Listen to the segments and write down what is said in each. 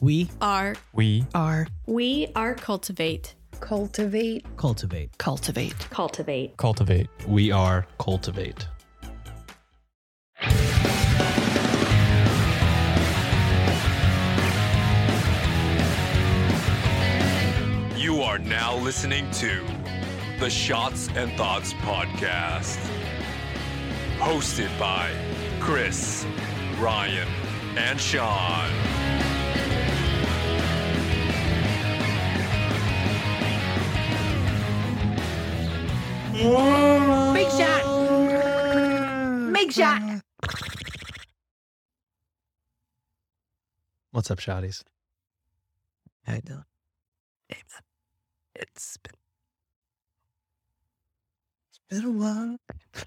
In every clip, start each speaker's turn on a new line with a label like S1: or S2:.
S1: We
S2: are
S3: We
S4: are
S2: we are cultivate
S4: cultivate
S1: cultivate.
S4: cultivate
S5: Cultivate.
S3: cultivate.
S6: We are cultivate.
S7: You are now listening to the Shots and Thoughts Podcast, hosted by Chris, Ryan, and Sean.
S8: Big shot. Big shot.
S6: What's up, shotties?
S1: How you doing? Hey man, it's been it's been a while.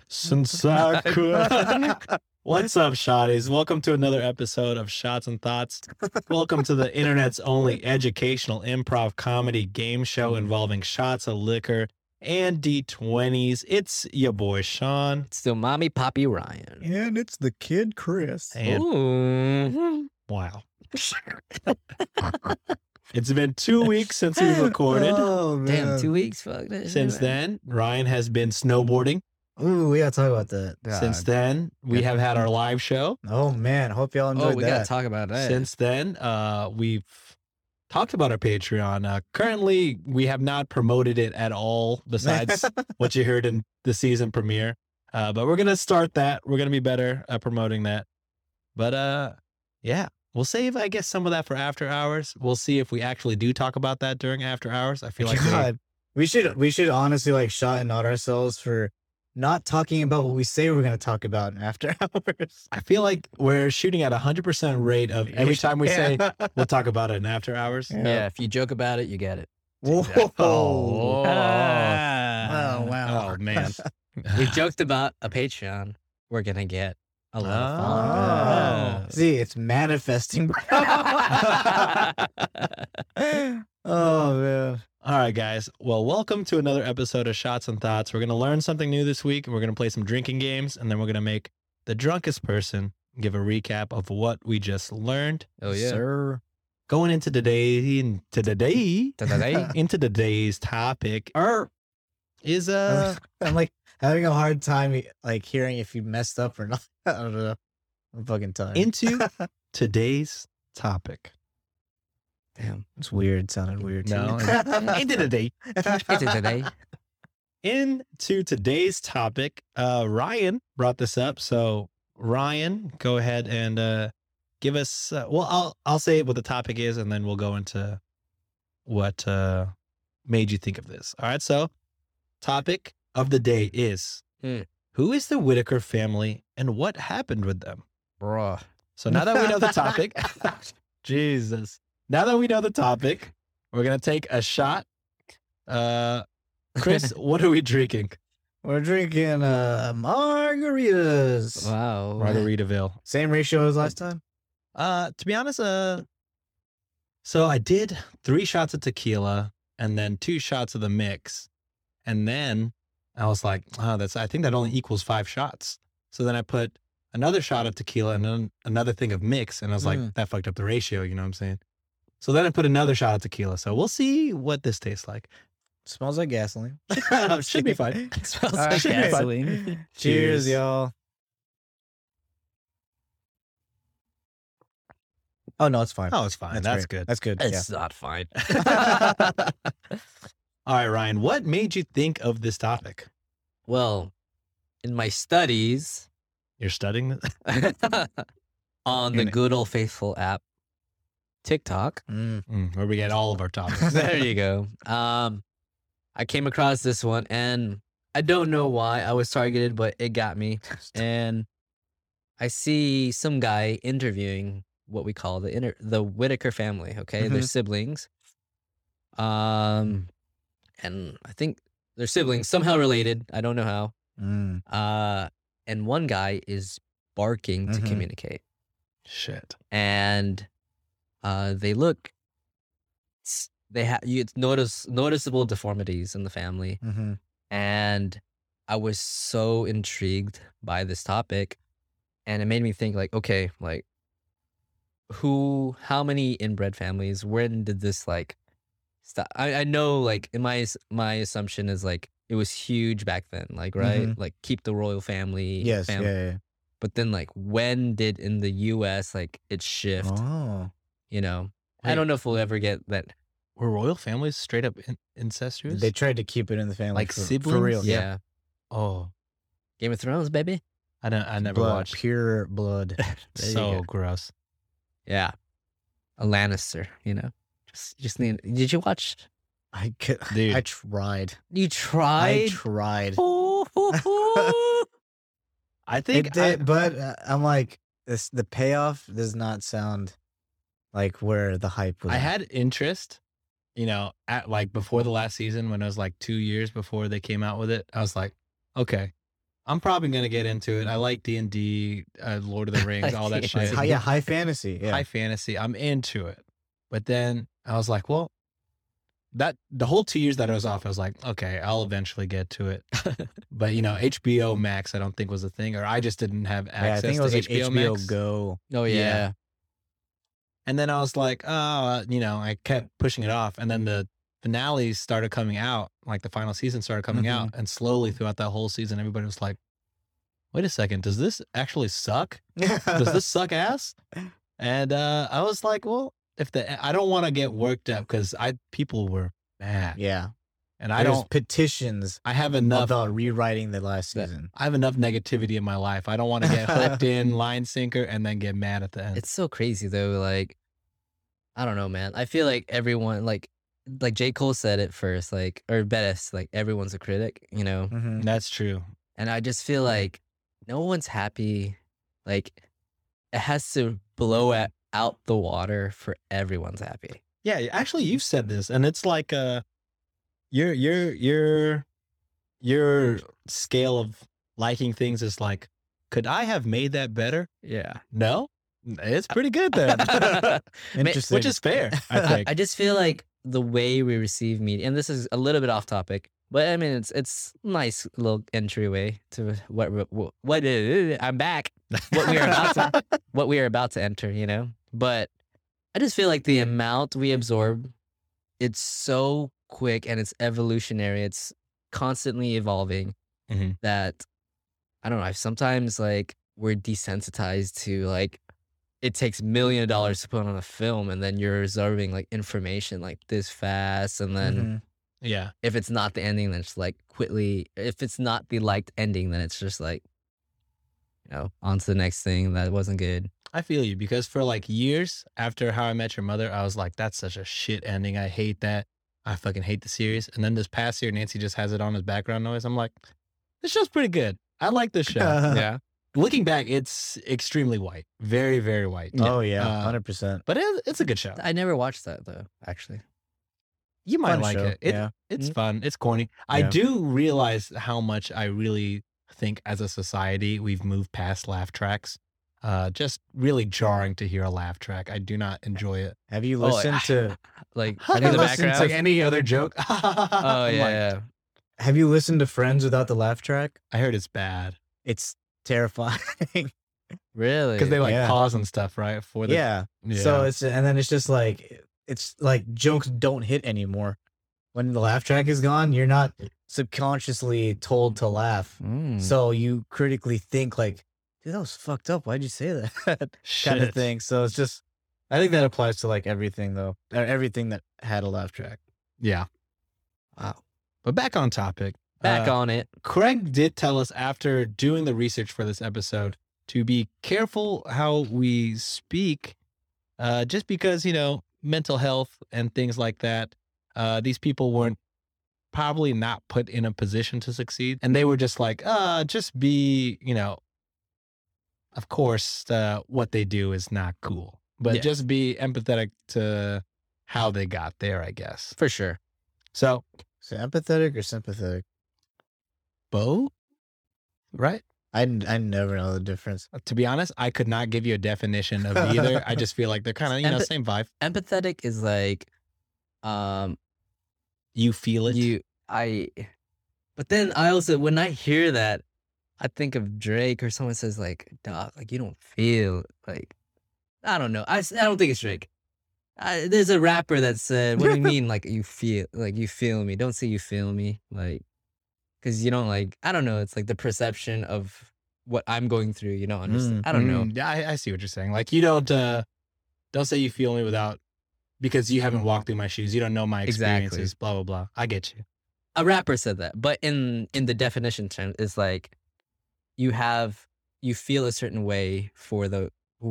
S6: Since I could. What's up, shotties? Welcome to another episode of Shots and Thoughts. Welcome to the internet's only educational improv comedy game show involving shots of liquor and D20s. It's your boy, Sean.
S9: It's still mommy Poppy Ryan.
S10: And it's the kid Chris.
S6: And
S9: Ooh.
S6: wow. it's been two weeks since we recorded.
S10: Oh,
S9: Damn,
S10: man.
S9: two weeks. Fuck that. shit,
S6: Since
S9: man.
S6: then, Ryan has been snowboarding.
S10: Ooh, we gotta talk about that.
S6: Since
S10: God.
S6: then, we
S9: Yeah.
S6: have had our live show.
S10: Oh man, hope y'all
S9: Oh,
S10: enjoyed
S9: we gotta
S10: that.
S9: talk about that.
S6: Since then, uh, we've talked about our Patreon. Uh, currently, we have not promoted it at all, besides what you heard in the season premiere. Uh, but we're gonna start that. We're gonna be better at promoting that. But uh, yeah, we'll save, I guess, some of that for after hours. We'll see if we actually do talk about that during after hours. I feel like we-
S10: God, we should we should honestly like shot and nod ourselves for not talking about what we say we're gonna talk about in after hours.
S6: I feel like we're shooting at a hundred percent rate of every time we say "Oh, we'll talk about it in after hours.
S9: yeah. if you joke about it, you get it.
S10: Whoa.
S9: Oh.
S10: Oh, wow.
S6: Oh man.
S9: we joked about a Patreon. We're gonna get a lot of
S10: Ah.
S9: followers.
S10: See, it's manifesting. oh man.
S6: All right, guys. Well, welcome to another episode of Shots and Thoughts. We're going to learn something new this week. We're going to play some drinking games, and then we're going to make the drunkest person give a recap of what we just learned.
S9: oh yeah.
S6: Sir. Going into today, into today,
S9: Ta-da-da.
S6: into today's topic, or is uh,
S10: I'm like having a hard time e, like hearing if you messed up or not. I don't know. I'm fucking tired.
S6: into today's topic.
S10: Damn, it's weird. Sounded weird.
S6: No, into today,
S9: It's a today.
S6: into today's topic. Uh, Ryan brought this up, so Ryan, go ahead and uh, give us. Uh, well, I'll I'll say what the topic is, and then we'll go into what uh, made you think of this. All right, so topic of the day is
S9: Hmm.
S6: who is the Whitaker family and what happened with them.
S9: Bruh.
S6: So now that we know the topic, Jesus. Now that we know the topic, we're gonna take a shot. Uh, Chris, what are we drinking?
S10: We're drinking uh margaritas.
S9: Wow.
S6: Margaritaville.
S10: Same ratio as last time.
S6: Uh, to be honest, uh, so I did three shots of tequila and then two shots of the mix, and then I was like, oh, that's I think that only equals five shots. So then I put another shot of tequila and then another thing of mix, and I was like,
S10: Mm.
S6: that fucked up the ratio. You know what I'm saying? So then I put another shot of tequila. So we'll see what this tastes like.
S10: Smells like gasoline.
S6: Should be fine.
S9: It smells
S10: All
S9: like
S10: right, guys.
S9: gasoline.
S10: Cheers,
S6: Cheers.
S10: y'all. Oh no, it's fine.
S6: Oh, it's fine. That's,
S10: great.
S6: good.
S10: That's good. yeah.
S9: It's not fine.
S6: All right, Ryan. What made you think of this topic?
S9: Well, in my studies
S6: You're studying this.
S9: on the good old faithful app, TikTok.
S10: Mm.
S6: Mm, where we get all of our topics.
S9: there you go. Um, I came across this one, and I don't know why I was targeted, but it got me. And I see some guy interviewing what we call the inter- the Whitaker family. Okay, their siblings. Um, and I think their siblings somehow related. I don't know how.
S10: Mm.
S9: Uh, and one guy is barking to
S10: Mhm.
S9: communicate
S6: Shit.
S9: and uh, they look s- they have you it's notice noticeable deformities in the family
S10: hmm
S9: and i was so intrigued by this topic and it made me think like okay like who, how many inbred families? When did this like stop? I, I know, like, in my ass- my assumption is like it was huge back then, like right,
S10: Mhm.
S9: like keep the royal family.
S10: Yes.
S9: fam-
S10: Yeah, yeah. yeah.
S9: But then, like, when did in the U.S. like it shift?
S10: Oh.
S9: You know,
S6: Wait.
S9: I don't know if we'll ever get that.
S6: Were royal families straight up in- incestuous?
S10: They tried to keep it in the family.
S6: Like
S10: for,
S6: siblings?
S10: For real.
S9: yeah.
S6: oh,
S9: Game of Thrones, baby.
S6: I don't. I never
S10: blood,
S6: watched.
S10: Pure blood.
S9: There you
S6: so
S9: go.
S6: gross.
S9: Yeah, a Lannister. You know, just just need. Did you watch?
S10: I, could,
S6: Dude.
S10: I tried.
S9: You
S10: I,
S9: tried. Oh,
S10: tried.
S6: I
S10: It
S6: think I-
S10: did, but uh, I'm like, this, the payoff does not sound like where the hype was.
S6: I
S10: at.
S6: had interest, you know, at like before the last season when it was like two years before they came out with it. I was like, okay, I'm probably gonna get into it. I like D and D, uh, Lord of the Rings, all that
S9: Yeah.
S6: shit.
S10: Hi- Oh, yeah, high fantasy. Yeah.
S6: High fantasy. I'm into it. But then I was like, well, that the whole two years that I was off, I was like, okay, I'll eventually get to it. but you know, HBO Max, I don't think was a thing, or I just didn't have
S10: Yeah, I
S6: access
S10: think it was
S6: to
S10: like
S6: HBO,
S10: HBO,
S6: Max.
S10: Go.
S9: oh yeah.
S6: Yeah. And then I was like, oh, uh, you know, I kept pushing it off. And then the finales started coming out, like the final season started coming out.
S10: Mm-hmm.
S6: And slowly throughout that whole season, everybody was like, wait a second, does this actually suck? Does this suck ass? And uh, I was like, well, if the, eh, I don't want to get worked up because I, people were mad.
S10: yeah.
S6: And I
S10: There's
S6: don't,
S10: petitions
S6: I have enough,
S10: about rewriting the last
S9: Yeah.
S10: season.
S6: I have enough negativity in my life. I don't want to get hooked in, line sinker, and then get mad at the end.
S9: It's so crazy though. Like, I don't know, man. I feel like everyone, like, like J Cole said it first, like, or Bettis, like everyone's a critic, you know.
S10: Mhm.
S6: That's true.
S9: And I just feel like no one's happy. Like, it has to blow it out the water for everyone's happy.
S6: Yeah, y- actually, you've said this, and it's like uh, your your your your scale of liking things is like, could I have made that better?
S9: Yeah.
S6: No, it's pretty good then,
S9: I,
S10: Interesting.
S6: which is fair. I think.
S9: I just feel like the way we receive media, and this is a little bit off topic, but I mean, it's it's nice little entryway to what what, what uh, I'm back. What we are about to what we are about to enter, you know? But I just feel like the amount we absorb, it's so quick and it's evolutionary. It's constantly evolving
S6: Mhm.
S9: that I don't know, I sometimes like we're desensitized to like it takes million dollars to put on a film and then you're absorbing like information like this fast and then
S10: Mhm.
S6: yeah,
S9: if it's not the ending then it's like quickly if it's not the liked ending then it's just like you know on to the next thing that wasn't good
S6: I feel you because for like years after How I Met Your Mother, I was like, that's such a shit ending. I hate that. I fucking hate the series. And then this past year, Nancy just has it on as background noise. I'm like, this show's pretty good. I like this show.
S10: Uh-huh.
S9: yeah
S6: Looking back, it's extremely white, very very white.
S10: Oh yeah,
S6: Uh,
S10: hundred percent.
S6: But it, it's a good show.
S9: i never watched that though actually
S6: You might
S10: Fun
S6: like
S10: show,
S6: it. it
S10: yeah.
S6: It's
S9: Mm.
S6: fun. It's corny. I
S10: Mm-hmm. Yeah.
S6: do realize how much I really think as a society we've moved past laugh tracks. Uh, just really jarring to hear a laugh track. I do not enjoy it.
S10: Have you
S9: Oh, I-
S10: listened to
S9: like
S6: Have
S9: in
S6: you
S9: the
S6: listened
S9: background
S6: to any other joke?
S9: oh
S6: oh
S9: yeah, yeah
S10: Have you listened to Friends without the laugh track?
S6: I heard it's bad
S10: It's terrifying.
S9: really
S6: because they like
S10: Yeah.
S6: pause and stuff, right? For the
S10: yeah. So it's and then it's just like it's like jokes don't hit anymore. When the laugh track is gone, you're not subconsciously told to laugh.
S9: Mm.
S10: So you critically think like, dude, that was fucked up. Why'd you say that? kind of
S6: Shit.
S10: thing. So it's just I think that applies to like everything though. Or everything that had a laugh track.
S6: Yeah.
S9: Wow.
S6: But back on topic.
S10: Uh,
S9: back on
S6: on.
S9: it
S6: Craig did tell us after doing the research for this episode to be careful how we speak, uh, just because, you know, mental health and things like that. Uh, these people weren't probably not put in a position to succeed. And they were just like, uh, just be, you know, of course, uh, what they do is not cool, but
S9: Yeah.
S6: just be empathetic to how they got there, I guess.
S9: for sure
S6: So,
S10: So empathetic or sympathetic?
S6: Bo, right?
S10: I, n- I never know the difference.
S6: To be honest, I could not give you a definition of either. I just feel like they're kind of, you know,
S9: Empath-
S6: same vibe.
S9: empathetic is like um
S6: You feel it.
S9: You, I, but then I also when I hear that, I think of Drake or someone says like, "Dog, like you don't feel like." I don't know. I, s- I don't think it's Drake. I, there's a rapper that said, "What do you mean? Like you feel? Like you feel me? Don't say you feel me. Like, because you don't like. I don't know. It's like the perception of what I'm going through. You don't understand. I don't know.
S6: Mm, Yeah, I, I see what you're saying. Like you don't uh don't say you feel me without because you haven't walked through my shoes. You don't know my
S9: Exactly.
S6: experiences. Blah blah blah. I get you.
S9: A rapper said that, but in in the definition term, it's like you have you feel a certain way for the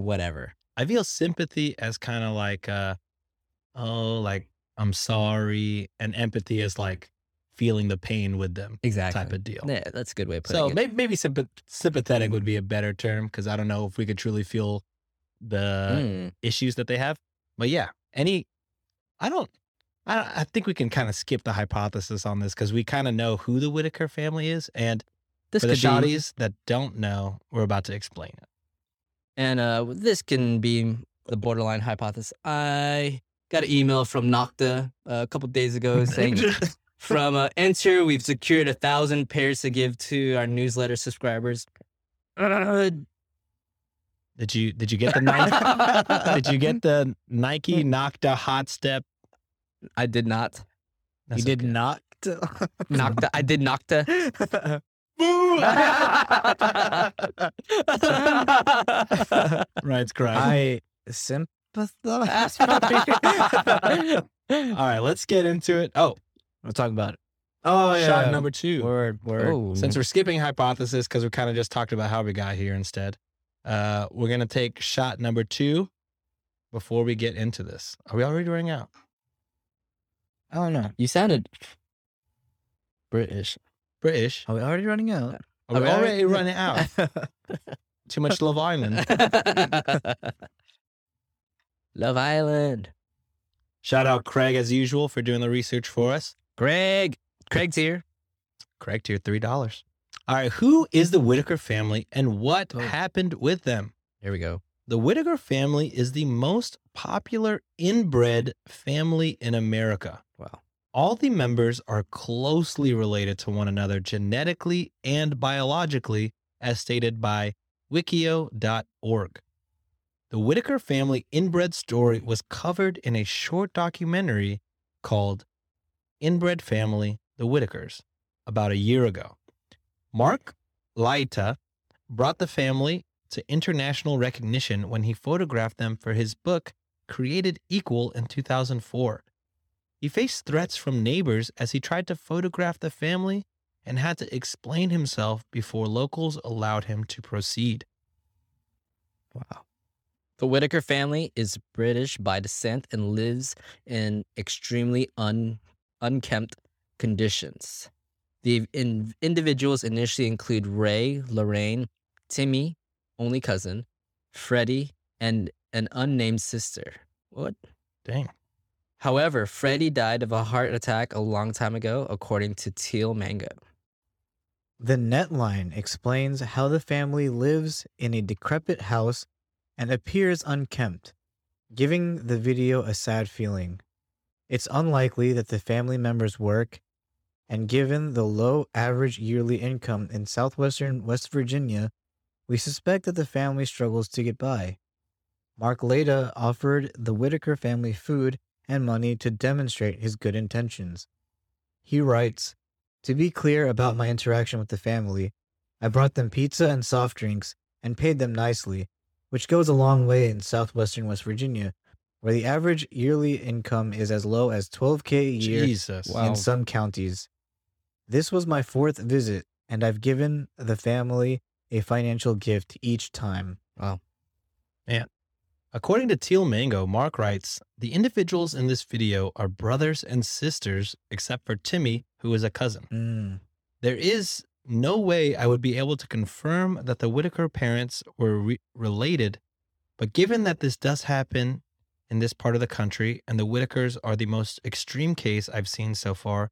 S9: whatever.
S6: I feel sympathy as kind of like uh oh like I'm sorry, and empathy is like feeling the pain with them
S9: Exactly.
S6: type of deal.
S9: Yeah, that's a good way of putting
S6: So
S9: it.
S6: maybe maybe sympath- sympathetic would be a better term because I don't know if we could truly feel the
S9: Mm.
S6: issues that they have. But yeah, any, I don't, I, don't- I think we can kind of skip the hypothesis on this because we kind of know who the Whitaker family is, and
S9: this
S6: for the
S9: could be-
S6: shotties that don't know, we're about to explain it.
S9: And uh, this can be the borderline hypothesis. I got an email from Nocta uh, a couple days ago saying, from uh, Enter, we've secured a thousand pairs to give to our newsletter subscribers. Uh,
S6: Did you did you get the Nike? did you get the Nike Nocta Hot Step?
S9: I did not.
S6: That's
S10: you did
S6: okay.
S10: not.
S9: Nocta. I did Nocta.
S6: Ryan's crying.
S10: I sympathize.
S6: All right, let's get into it. Oh,
S10: We'll talk about it. Oh yeah.
S6: shot number two.
S10: Word word.
S9: Oh,
S6: Since we're skipping hypothesis because we kind of just talked about how we got here instead, uh, we're gonna take shot number two before we get into this. Are we already running out?
S10: I don't know.
S9: you sounded British.
S6: British.
S10: Are we already running out?
S6: Are we
S9: Are we
S6: already running
S9: Oh.
S6: out? Too much Love Island.
S9: Love Island.
S6: Shout out Craig as usual for doing the research for us.
S9: Craig. Craig's here.
S6: Craig tier three dollars. All right, who is the Whitaker family and what
S9: Oh.
S6: happened with them?
S9: Here we go.
S6: The Whitaker family is the most popular inbred family in America.
S9: Wow.
S6: All the members are closely related to one another genetically and biologically, as stated by wikio.org. The Whitaker family inbred story was covered in a short documentary called Inbred Family The Whitakers about a year ago. Mark Laita brought the family to international recognition when he photographed them for his book Created Equal in 2004. He faced threats from neighbors as he tried to photograph the family and had to explain himself before locals allowed him to proceed.
S9: Wow. The Whitaker family is British by descent and lives in extremely un, unkempt conditions. The in, individuals initially include Ray, Lorraine, Timmy, only cousin, Freddie, and an unnamed sister. What?
S6: Dang.
S9: However, Freddie died of a heart attack a long time ago, according to Teal Manga.
S10: The Netline explains how the family lives in a decrepit house and appears unkempt, giving the video a sad feeling. It's unlikely that the family members work, and given the low average yearly income in southwestern West Virginia, we suspect that the family struggles to get by. Mark Leda offered the Whitaker family food and money to demonstrate his good intentions. He writes, to be clear about my interaction with the family, I brought them pizza and soft drinks and paid them nicely, which goes a long way in southwestern West Virginia, where the average yearly income is as low as 12K a year
S6: Jesus.
S9: Wow.
S10: in some counties. This was my fourth visit, and I've given the family a financial gift each time.
S6: According to Teal Mango, Mark writes The individuals in this video are brothers and sisters, except for Timmy, who is a cousin.
S10: Mm.
S6: There is no way I would be able to confirm that the Whitaker parents were re- related, but given that this does happen in this part of the country and the Whitakers are the most extreme case I've seen so far,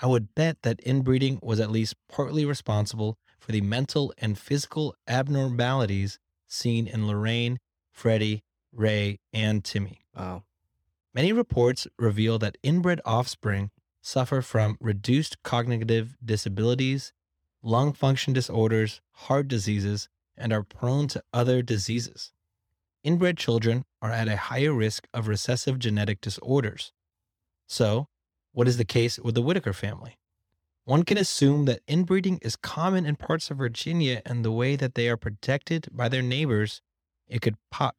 S6: I would bet that inbreeding was at least partly responsible for the mental and physical abnormalities seen in Lorraine, Freddie, Ray, and Timmy.
S9: Wow.
S6: Many reports reveal that inbred offspring suffer from reduced cognitive disabilities, lung function disorders, heart diseases, and are prone to other diseases. inbred children are at a higher risk of recessive genetic disorders. So, what is the case with the Whitaker family? One can assume that inbreeding is common in parts of Virginia and the way that they are protected by their neighbors, it could po-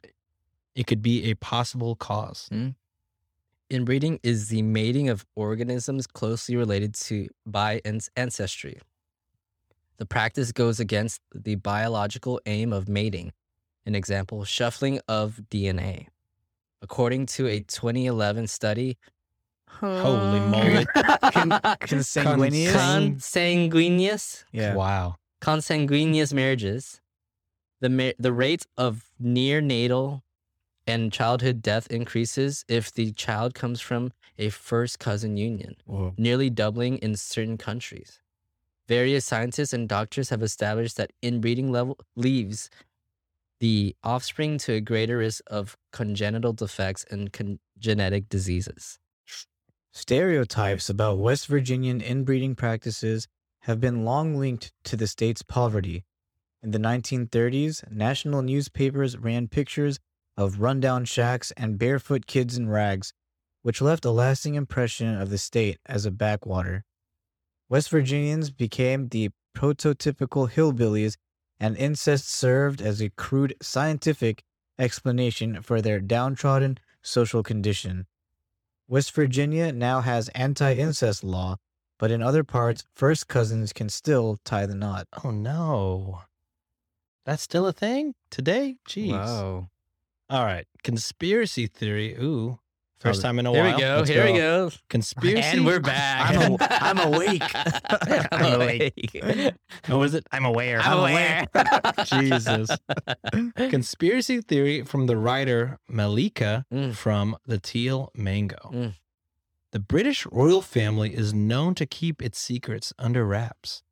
S6: it could be a possible cause.
S9: Inbreeding is the mating of organisms closely related to by ans- ancestry. The practice goes against the biological aim of mating, an example, shuffling of DNA. According to a 2011 study,
S6: Holy moly.
S10: Consanguineous.
S9: consanguineous,
S10: yeah.
S6: Wow.
S9: consanguineous marriages, the ma- the rate of neonatal and childhood death increases if the child comes from a first cousin union,
S10: Whoa.
S9: nearly doubling in certain countries. Various scientists and doctors have established that inbreeding level leaves the offspring to a greater risk of congenital defects and con- genetic diseases.
S10: Stereotypes about West Virginian inbreeding practices have been long linked to the state's poverty. In the 1930s, national newspapers ran pictures of rundown shacks and barefoot kids in rags, which left a lasting impression of the state as a backwater. West Virginians became the prototypical hillbillies, and incest served as a crude scientific explanation for their downtrodden social condition. West Virginia now has anti incest law, but in other parts, first cousins can still tie the knot.
S6: Oh no. That's still a thing today? Jeez.
S9: Wow.
S6: All right. Conspiracy theory. Ooh. First time in a
S9: Here
S6: while.
S9: we go.
S6: Let's
S9: Here we go.
S6: Conspiracy.
S9: And we're back.
S6: I'm aw-
S10: I'm awake.
S9: I'm awake.
S6: What was oh, it? I'm aware.
S9: I'm aware.
S6: Jesus. Conspiracy theory from the writer Malika
S9: Mm.
S6: from The Teal Mango.
S9: Mm.
S6: The British royal family is known to keep its secrets under wraps.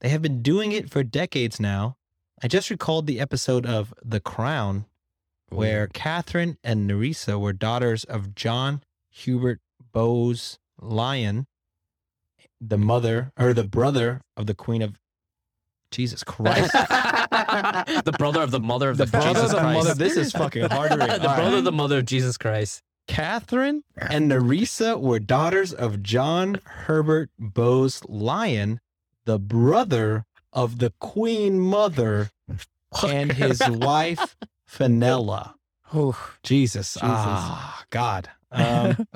S6: They have been doing it for decades now. I just recalled the episode of The Crown where
S9: Mm.
S6: Catherine and Nerissa were daughters of John Hubert Bowes Lyon, the mother or the brother of the Queen of Jesus Christ.
S9: the brother of the mother of the,
S6: brother
S9: Jesus
S6: of the
S9: Christ.
S6: mother. This is fucking hard to read.
S9: the
S6: All right.
S9: brother of the mother of Jesus Christ.
S6: Catherine and Nerissa were daughters of John Herbert Bowes Lyon, the brother of the Queen Mother and his wife Fenella. Jesus. Ah, God. Um,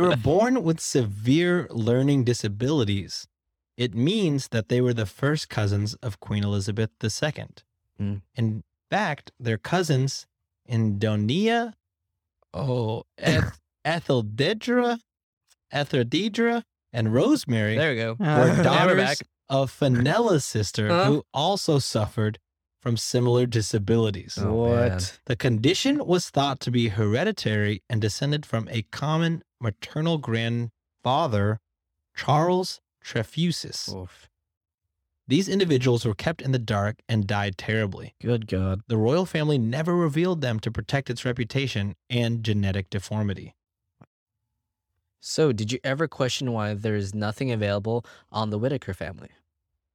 S6: were born with severe learning disabilities. It means that they were the first cousins of Queen Elizabeth II.
S9: Mm.
S6: In fact, their cousins Indonia, oh, Eth- Etheldedra, Etheldedra, and Rosemary
S9: there we go.
S6: were
S9: Now we're
S6: daughters
S9: back. Uh-huh.
S6: of Fenella's sister,
S9: Huh?
S6: who also suffered from similar disabilities.
S9: Oh, man.
S6: The condition was thought to be hereditary and descended from a common maternal grandfather, Charles Trefusis.
S10: Oh.
S9: Oof.
S6: These individuals were kept in the dark and died terribly.
S10: Good God.
S6: The royal family never revealed them to protect its reputation and genetic deformity.
S9: So, did you ever question why there is nothing available on the Whitaker family?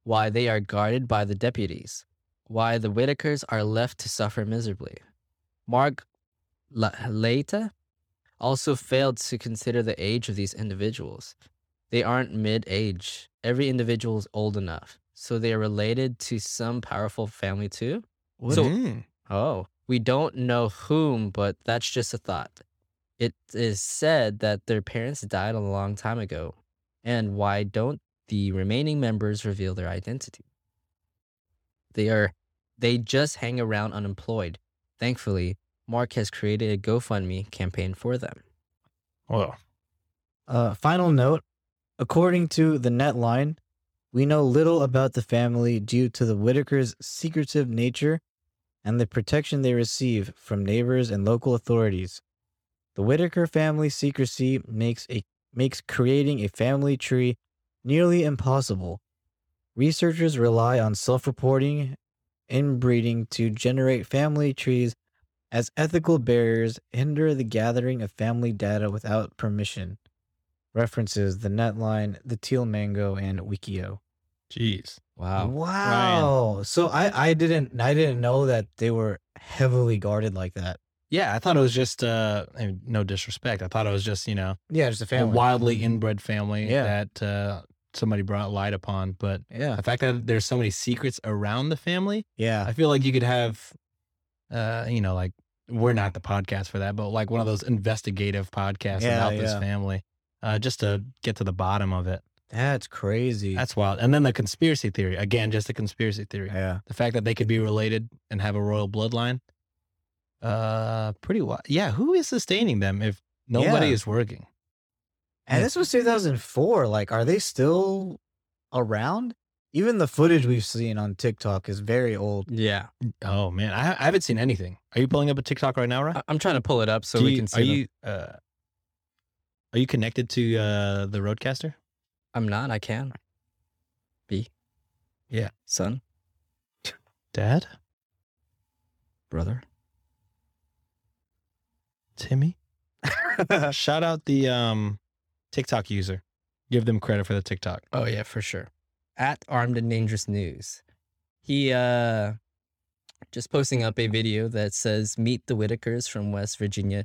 S9: Why they are guarded by the deputies? Why the Whitakers are left to suffer miserably? Mark La- Leita also failed to consider the age of these individuals. They aren't mid age. Every individual is old enough. So they are related to some powerful family too? So-
S6: Mm.
S9: Oh, we don't know whom, but that's just a thought. It is said that their parents died a long time ago. And why don't the remaining members reveal their identity? They are they just hang around unemployed. Thankfully, Mark has created a GoFundMe campaign for them.
S6: Well,
S10: Uh, final note according to the Netline, we know little about the family due to the Whitakers' secretive nature and the protection they receive from neighbors and local authorities. The Whitaker family secrecy makes a makes creating a family tree nearly impossible. Researchers rely on self-reporting, inbreeding to generate family trees as ethical barriers hinder the gathering of family data without permission. References the Netline, the Teal Mango, and Wikio.
S6: jeez.
S9: Wow.
S10: Wow. So I I didn't I didn't know that they were heavily guarded like that.
S6: Yeah, I thought it was just uh I mean, no disrespect. I thought it was just, you know,
S10: Yeah, just a family. Hmm.
S6: a wildly inbred family
S10: Yeah.
S6: that uh somebody brought light upon, but
S10: Yeah.
S6: the fact that there's so many secrets around the family,
S10: Yeah.
S6: I feel like you could have uh you know, like we're not the podcast for that, but like one of those investigative podcasts
S10: Yeah,
S6: about this
S10: yeah.
S6: family. Uh, just to get to the bottom of it.
S10: That's crazy.
S6: That's wild. And then the conspiracy theory. Again, just a conspiracy theory.
S10: yeah.
S6: the fact that they could be related and have a royal bloodline uh pretty wild yeah who is sustaining them if nobody
S10: Yeah.
S6: is working
S10: And this was 2004. Like, are they still around? Even the footage we've seen on TikTok is very old.
S9: Yeah.
S6: oh man i, I haven't seen anything are you pulling up a tiktok right now right
S9: I- I'm trying to pull it up Uh, so we can see.
S6: are
S9: them.
S6: you uh are you connected to uh the roadcaster
S9: I'm not. I can. Be.
S6: Yeah.
S9: Son.
S6: dad
S9: Brother.
S6: timmy shout out the um tiktok user give them credit for the tiktok
S9: Oh yeah, for sure. At Armed and Dangerous News. He uh just posting up a video that says meet the Whitakers from West Virginia,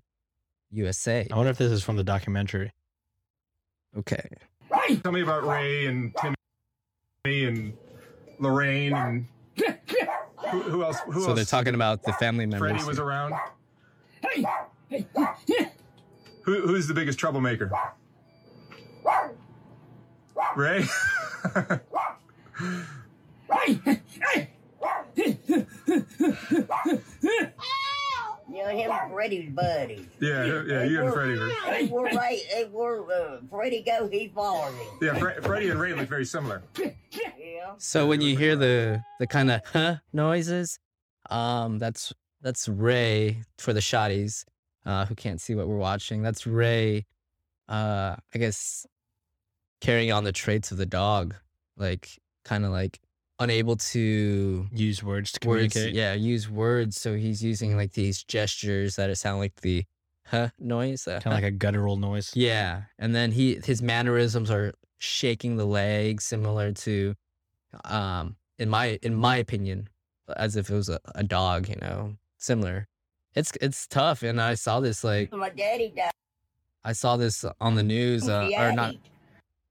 S9: USA.
S3: Oh.
S6: i wonder if this is from the documentary
S9: Okay.
S3: Tell me about Ray and Timmy and Lorraine and who, who else? Who
S9: So
S3: else?
S9: they're talking about the family members.
S3: Freddie was around. Who, who's the biggest troublemaker? Ray.
S4: You know, him and Freddy's buddies.
S3: yeah, yeah, you and Freddie were.
S4: They were right. They were uh, Freddy go. He followed him.
S3: Yeah, Fre- Freddie and Ray look very similar.
S4: Yeah.
S9: So when you hear the the kind of huh noises, um, that's that's Ray for the shotties uh, who can't see what we're watching. That's Ray, uh, I guess, carrying on the traits of the dog, like kind of like unable to
S6: use words to
S9: words,
S6: communicate
S9: yeah, use words. So he's using like these gestures that it sound like the huh noise, the
S6: kind of like a guttural noise
S9: yeah, and then he his mannerisms are shaking the leg, similar to, um, in my in my opinion, as if it was a, a dog. You know, similar. It's it's tough, and I saw this like
S4: My daddy died.
S9: I saw this on the news, uh, or not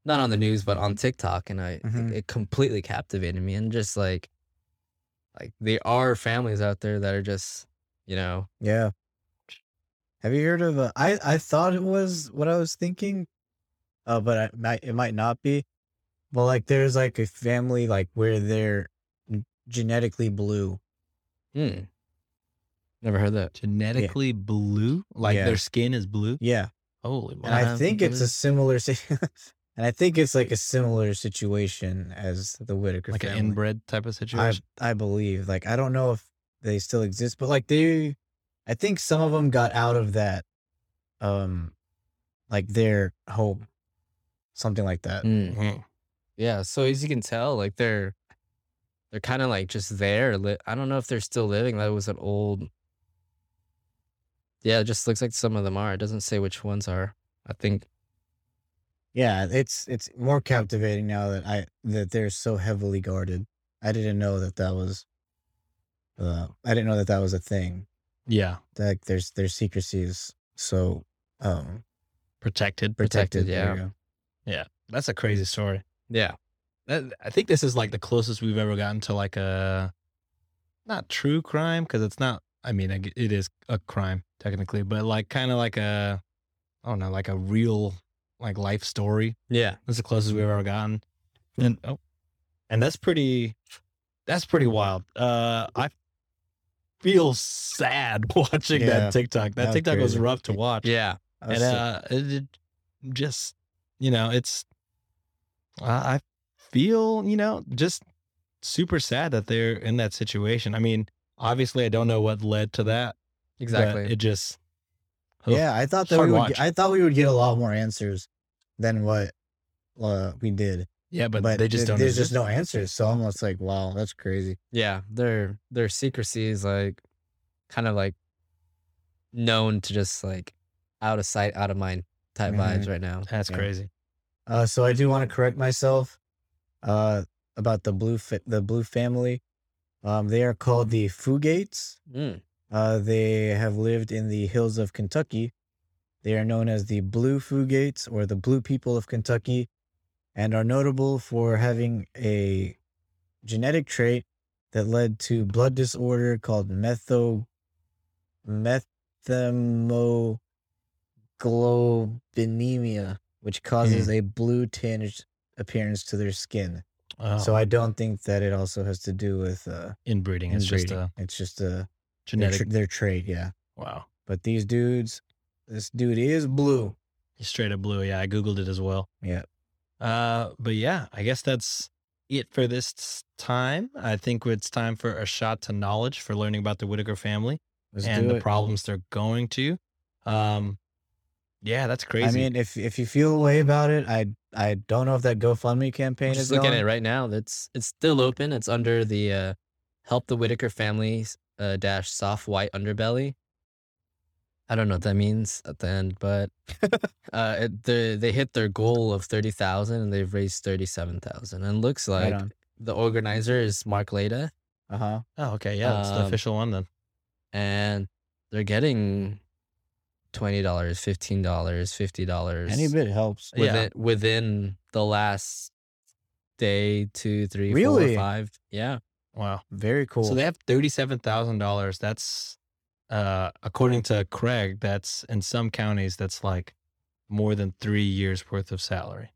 S9: not on the news, but on TikTok, and I
S10: Mhm.
S9: it completely captivated me, and just like, like there are families out there that are just you know
S10: Yeah. Have you heard of? uh, I I thought it was what I was thinking, uh, but I might it might not be. But like, there's like a family like where they're genetically blue.
S9: hmm, never heard that.
S6: genetically blue like
S10: Yeah.
S6: their skin is blue
S10: Yeah,
S6: holy
S10: and I
S9: Um,
S10: think it's a
S9: blue.
S10: similar. si- and I think it's like a similar situation as the Whitaker
S6: like an
S10: family.
S6: inbred type of
S10: I
S6: situation
S10: I believe. Like I don't know if they still exist, but like they, I think some of them got out of that, um, like their home, something like that.
S9: Hmm.
S6: Mhm.
S9: Yeah, so as you can tell, like they're they're kind of like just there. Li- I don't know if they're still living. That was an old. Yeah, it just looks like some of them are. It doesn't say which ones are. I think
S10: Yeah, it's it's more captivating now that I that they're so heavily guarded. I didn't know that that was, uh, I didn't know that that was a thing.
S6: yeah
S10: Like there's their secrecy is so um
S6: protected
S10: protected.
S9: Protected,
S10: There you
S9: yeah.
S10: go.
S6: that's a crazy story
S9: yeah.
S6: that, i think this is like the closest we've ever gotten to like a not true crime because it's not i mean I g- it is a crime technically but like kind of like a i don't know like a real like life story
S9: Yeah.
S6: that's the closest we've ever gotten and oh and that's pretty that's pretty wild uh i feel sad watching
S10: Yeah,
S6: that tiktok that
S10: that's
S6: tiktok was
S10: crazy.
S6: rough to watch
S9: Yeah.
S10: I was
S6: and
S10: so-
S6: uh, it, it just you know it's I I feel you know just super sad that they're in that situation. I mean, obviously, I don't know what led to that. but
S9: Exactly.
S6: it just Ugh.
S10: Yeah, I thought that
S6: Hard
S10: we would.
S6: watch.
S10: Get, I thought we would get a lot more answers than what uh, we did.
S6: yeah, but,
S10: But,
S6: they just
S10: th-
S6: don't.
S10: There's just
S6: exist.
S10: no answers. So I'm almost like, wow, that's crazy.
S9: yeah. Their their secrecy is like kind of like known to just like out of sight, out of mind type
S10: Mhm.
S9: vibes right now.
S6: That's
S10: Yeah.
S6: crazy.
S10: Uh, so I do want to correct myself. Uh, about the blue fa- the blue family. Um, they are called the Fugates.
S9: Mm.
S10: Uh, they have lived in the hills of Kentucky. They are known as the Blue Fugates or the Blue People of Kentucky and are notable for having a genetic trait that led to blood disorder called metho methemoglobinemia, which
S6: Hmm.
S10: causes a blue tinged appearance to their skin.
S6: Oh,
S10: So I don't think that it also has to do with uh,
S6: inbreeding. It's just
S10: inbreeding.
S6: a
S10: it's just a their,
S6: genetic.
S10: tr- their trait, yeah.
S6: wow.
S10: But these dudes, this dude is blue.
S6: He's straight up blue. Yeah, I googled it as well.
S10: Yeah.
S6: Uh, but yeah, I guess that's it for this time. I think it's time for a shot to knowledge for learning about the Whitaker family
S10: Let's
S6: and
S10: do
S6: the
S10: it.
S6: problems they're going to. Um, yeah, that's crazy.
S10: I mean, if if you feel a way about it, I I don't know if that GoFundMe campaign
S9: I'm
S10: is
S9: just looking
S10: going.
S9: at it right now. That's it's still open. It's under the uh, help the Whitaker family uh, dash soft white underbelly. I don't know what that means at the end, but uh, it, they they hit their goal of thirty thousand and they've raised thirty seven thousand. And looks
S10: Right
S9: like
S10: on.
S9: the organizer is Mark Leda,
S10: Uh huh.
S6: oh, okay. Yeah, that's the
S9: um,
S6: official one then.
S9: and they're getting twenty dollars, fifteen dollars, fifty dollars.
S10: Any bit helps.
S6: Yeah.
S9: within within the last day, two, three, four,
S10: Really?
S9: five. Yeah.
S6: Wow.
S10: Very cool.
S6: So they have thirty-seven thousand dollars. That's, uh, according to Craig, that's in some counties that's like more than three years worth of salary.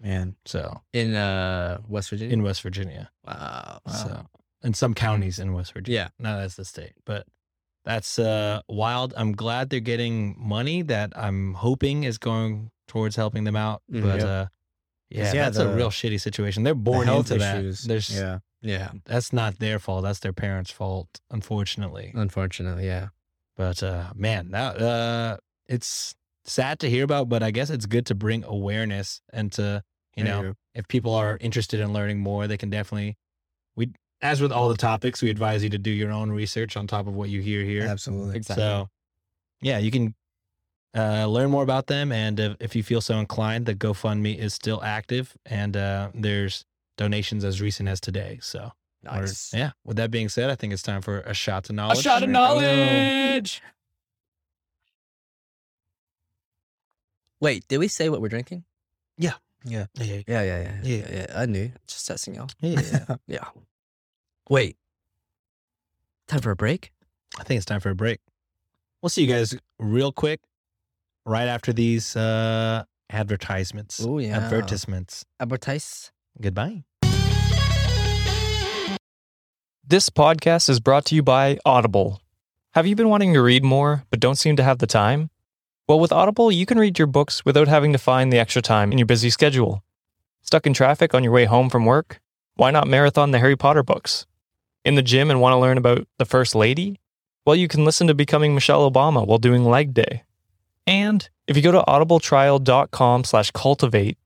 S10: Man,
S6: So
S9: In uh West Virginia.
S6: in West Virginia,
S9: wow.
S6: so in some counties in West Virginia,
S9: Yeah.
S6: not as the state, but that's uh wild. I'm glad they're getting money that I'm hoping is going towards helping them out,
S9: Mhm.
S6: but
S9: Yep.
S6: uh, yeah,
S10: Mm-hmm, yeah,
S6: that's
S10: the-
S6: a real shitty situation. They're
S10: the
S6: born
S10: health
S6: into that.
S10: issues.
S6: There's
S10: yeah.
S9: Yeah.
S6: that's not their fault. That's their parents' fault, unfortunately.
S10: Mm.
S9: Unfortunately, yeah.
S6: But uh, man, that uh, it's sad to hear about, but I guess it's good to bring awareness and to you
S10: There
S6: know, if people are interested in learning more, they can definitely we as with all the topics, we advise you to do your own research on top of what you hear
S10: go.
S6: here.
S10: absolutely.
S6: So yeah, you can uh, learn more about them, and if, if you feel so inclined, the GoFundMe is still active, and uh, there's donations as recent as today. So. Or- yeah. With that being said, I think it's time for a shot to knowledge.
S9: shot of knowledge. Wait, did we say what we're drinking?
S10: Yeah.
S6: Yeah.
S9: Yeah, yeah, yeah.
S6: Yeah.
S9: I knew. Just testing y'all.
S6: yeah.
S9: Yeah. Wait. Time for a break?
S6: I think it's time for a break. We'll see you guys real quick right after these uh advertisements.
S9: Oh, yeah.
S6: Advertisements.
S9: Advertise.
S6: Goodbye.
S5: This podcast is brought to you by Audible. Have you been wanting to read more, but don't seem to have the time? Well, with Audible, you can read your books without having to find the extra time in your busy schedule. Stuck in traffic on your way home from work? Why not marathon the Harry Potter books? In the gym and want to learn about the First Lady? Well, you can listen to Becoming Michelle Obama while doing leg day. And if you go to audibletrial.com slash cultivate,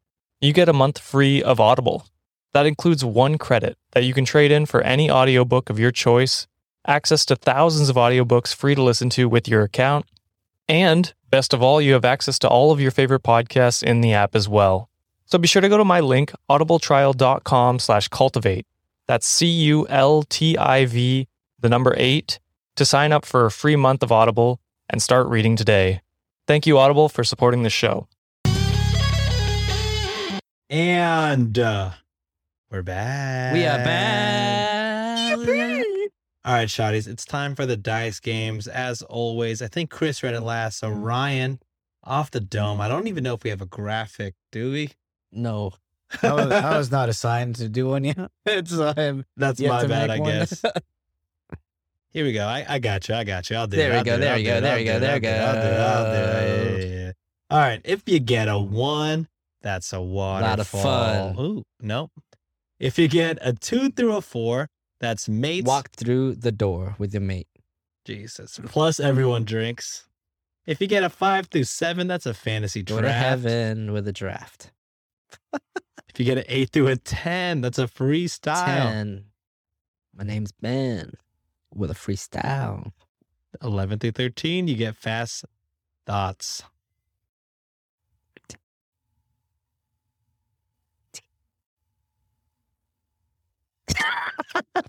S5: you get a month free of Audible. That includes one credit that you can trade in for any audiobook of your choice, access to thousands of audiobooks free to listen to with your account, and best of all, you have access to all of your favorite podcasts in the app as well. So be sure to go to my link, audibletrial.com slash cultivate. That's C-U-L-T-I-V, the number eight, to sign up for a free month of Audible and start reading today. Thank you, Audible, for supporting the show.
S6: And uh, we're back.
S9: We are back.
S6: All right, shotties, it's time for the dice games. As always, I think Chris read it last.
S9: Mm-hmm.
S6: So Ryan, off the dome. I don't even know if we have a graphic, do we?
S9: No.
S10: I was, I was not assigned to do one yet. It's um, I'm
S6: That's
S10: yet
S6: my
S10: to
S6: bad,
S10: make
S6: I
S10: one.
S6: guess. Here we go. I, I got you. I got you. I'll do
S9: There
S6: it.
S9: we
S6: I'll
S9: go,
S6: do it,
S9: there
S6: I'll
S9: we
S6: do
S9: go,
S6: it,
S9: there
S6: I'll
S9: we
S6: do
S9: go,
S6: it,
S9: there
S6: I'll
S9: we
S6: do it, I'll do it, I'll do it.
S9: go.
S6: Yeah, yeah, yeah. All right. If you get a one, that's a waterfall.
S9: of fun.
S6: Ooh, nope. If you get a two through a four, that's mates.
S9: Walk through the door with your mate.
S6: Jesus. Plus everyone drinks. If you get a five through seven, that's a fantasy
S9: Go to
S6: draft.
S9: heaven with a draft.
S6: If you get an eight through a ten, that's a freestyle.
S9: 10. My name's Ben with a freestyle.
S6: 11 through 13, you get fast thoughts.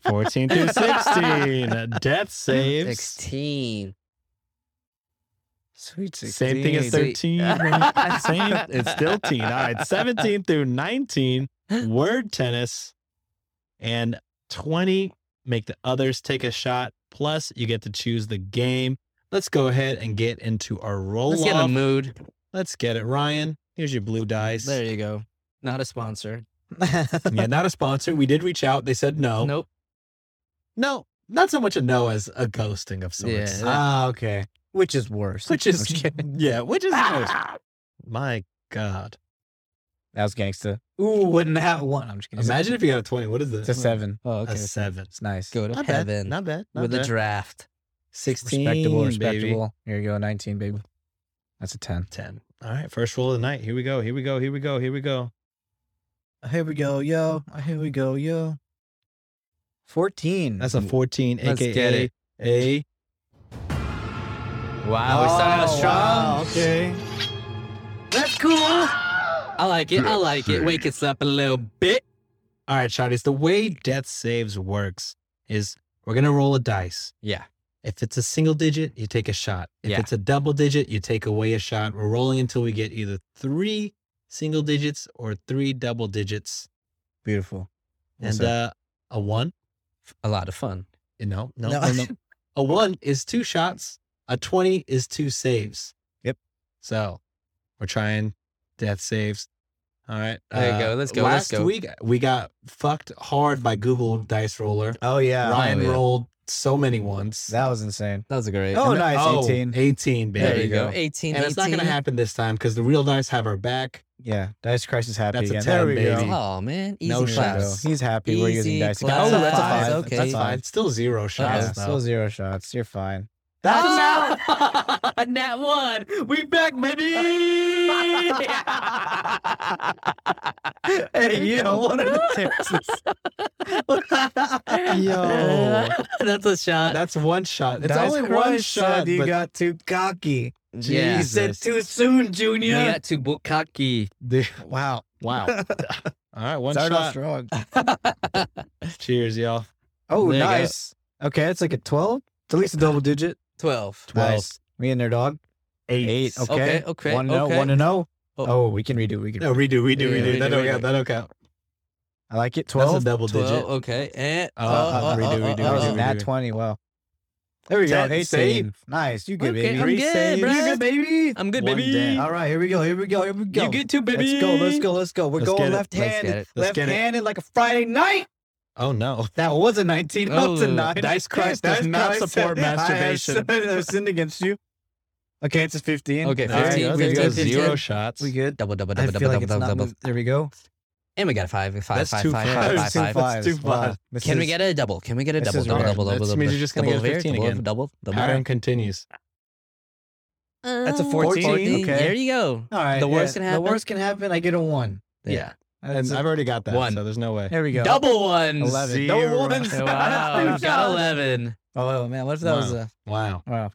S6: 14 through 16. Death saves.
S9: 16. Sweet
S6: Same thing as
S9: 16.
S6: 13. Same. It's still teen. All right. 17 through 19, word tennis. And 20, make the others take a shot. Plus, you get to choose the game. Let's go ahead and get into our roll
S9: Let's get in the
S6: off.
S9: mood.
S6: Let's get it, Ryan. Here's your blue dice.
S9: There you go. Not a sponsor.
S6: yeah, not a sponsor. We did reach out. They said no.
S9: Nope.
S6: No, not so much a no as a ghosting of sorts.
S9: Yeah.
S10: ah, okay. Which is worse.
S6: Which
S10: I'm
S6: is ah!
S10: just kidding.
S6: yeah, which is gross. My God.
S10: that was gangsta. Ooh, wouldn't
S6: Oh,
S10: have one. I'm just kidding.
S6: Imagine if you got a 20. What is
S10: it's a
S6: this?
S10: seven.
S9: Oh,
S6: A seven.
S10: It's nice.
S9: Go to
S6: Not bad.
S9: heaven
S6: Not bad. Not
S9: with
S6: bad.
S9: a draft.
S6: 16,
S10: Respectable,
S6: baby.
S10: respectable. Here you go, 19, baby. That's a 10.
S6: 10. All right. First roll of the night. Here we go. Here we go. Here we go. Here we go.
S10: Here we go, yo. Here we go, yo. 14.
S6: That's a 14,
S9: Let's
S6: aka
S9: get it.
S6: a.
S9: Wow, we started out
S10: Oh,
S9: strong.
S10: wow.
S6: Okay.
S9: That's cool. I like it. I like it. Wake us up a little bit.
S6: All right, Shotties. The way death saves works is we're gonna roll a dice.
S9: Yeah.
S6: If it's a single digit, you take a shot. If
S9: Yeah.
S6: it's a double digit, you take away a shot. We're rolling until we get either three single digits or three double digits.
S10: beautiful.
S6: And uh, a one,
S9: A lot of fun.
S6: you know, no,
S10: No.
S6: no, no. a one is two shots. A twenty is two saves.
S10: Yep.
S6: So we're trying death saves. All right. uh,
S9: There you go. Let's go, let's
S6: Last
S9: go.
S6: week we got fucked hard by Google Dice Roller.
S10: oh, yeah.
S6: Ryan
S9: Oh, yeah.
S6: rolled so many ones.
S10: That was insane.
S9: That was a great.
S10: Oh,
S6: And-
S10: nice.
S6: oh,
S10: 18.
S6: 18, baby.
S9: there, you go. 18,
S6: And it's not going to
S9: 18.
S6: happen this time because the real dice have our back.
S10: Yeah. Dice Crisis happy.
S6: That's a
S10: again.
S6: 10,
S10: there we
S6: baby.
S10: go.
S9: Oh man, easy
S6: No
S9: no
S10: There we go.
S6: shots.
S10: He's happy. We're using
S9: Easy
S10: dice. again.
S9: class.
S10: Oh, that's a
S9: Five,
S10: five.
S9: okay.
S10: That's
S6: That's
S10: a five.
S6: fine. Still zero
S10: Yeah,
S6: shots,
S10: still
S6: though.
S10: zero shots. You're fine. Ah!
S6: That's
S9: oh, no! Nat one. We back, baby.
S10: Hey, you know, one of the
S6: Yo.
S9: that's a shot.
S6: That's one shot. It's
S10: Dice
S6: only one
S10: Crisis,
S6: shot.
S10: You
S6: but
S10: got too cocky.
S9: yeah.
S6: Jesus.
S10: too soon,
S9: We
S10: Junior.
S9: got to Bukaki.
S10: Wow.
S6: wow. All right, one
S10: Started off
S6: shot.
S10: strong.
S6: Cheers, y'all.
S10: Oh,
S9: There you go.
S10: nice. Okay, that's like a 12. It's at least a double digit.
S9: 12.
S6: Twelve.
S10: Nice. We in there, dog. Eight. Okay.
S9: Okay, okay,
S10: One and oh,
S9: okay.
S10: one and oh.
S9: Oh.
S10: Oh, we can redo. We can.
S6: No, redo, redo,
S9: Yeah,
S6: redo.
S9: redo,
S6: That don't
S9: redo.
S6: count. That don't count.
S10: I like it.
S6: That's a
S10: Twelve.
S6: double
S9: 12.
S6: digit.
S9: Okay. And,
S6: Uh,
S9: oh,
S6: uh,
S9: oh,
S6: redo,
S9: oh,
S6: redo,
S9: oh,
S10: I was
S9: oh.
S10: in that
S6: redo.
S10: twenty. Wow. There we go.
S6: Ten,
S10: Eighteen.
S6: save.
S10: Nice. You good,
S9: Okay,
S10: baby.
S9: I'm
S10: Three
S9: good,
S10: saves.
S9: bruh.
S10: You good, baby.
S9: I'm good,
S6: One
S9: baby.
S6: down.
S10: All right. Here we go. Here we go. Here we go.
S9: You good too, baby.
S10: Let's go. Let's go. Let's go. We're
S6: Let's get
S10: going
S6: it.
S10: left
S9: Let's get
S10: handed.
S9: it.
S6: Let's
S10: Left
S6: get it.
S10: handed like a Friday night.
S6: Oh, no.
S10: That was a nineteen.
S9: Oh,
S10: Not a nine.
S6: Dice Christ does not
S10: Christ
S6: support
S10: said, I have
S6: masturbation.
S10: sinned- I sinned against you. Okay, it's a fifteen.
S9: Okay,
S10: All right,
S9: 15,
S6: There
S10: there
S6: you
S10: you
S6: go.
S10: go.
S9: 15,
S6: Zero
S9: 10.
S6: shots.
S10: We good.
S9: Double, double,
S10: I
S9: double,
S10: feel
S9: double,
S10: like
S9: double,
S10: it's
S9: double,
S10: not.
S9: double.
S10: moving- There we go.
S9: And we got a five. a Five,
S6: That's
S9: five,
S6: two
S9: five,
S6: fives.
S9: five,
S6: That's
S9: five, five.
S6: fives. too
S10: Wow.
S6: far.
S10: This
S9: Can we
S10: is-
S9: get a double? Can we get a
S10: This
S9: double?
S10: is
S9: Double,
S10: rare.
S9: double, double,
S6: That
S9: double.
S6: means you're just gonna
S9: double
S6: get a
S9: here,
S6: 15
S9: double,
S6: again.
S9: Double, double.
S6: Pattern continues.
S10: That's a
S9: Uh,
S10: 14, okay.
S9: There you go.
S10: All right.
S9: The worst
S10: yeah,
S9: can happen.
S10: The worst can happen. I get a one.
S9: Yeah.
S6: And I've already got that.
S9: One.
S6: So there's no way.
S10: There we go.
S9: Double ones.
S10: Eleven.
S6: Zero.
S10: Double ones.
S9: Wow. we got 11.
S10: Oh, oh, man, what if that was a
S6: Wow.
S10: wow?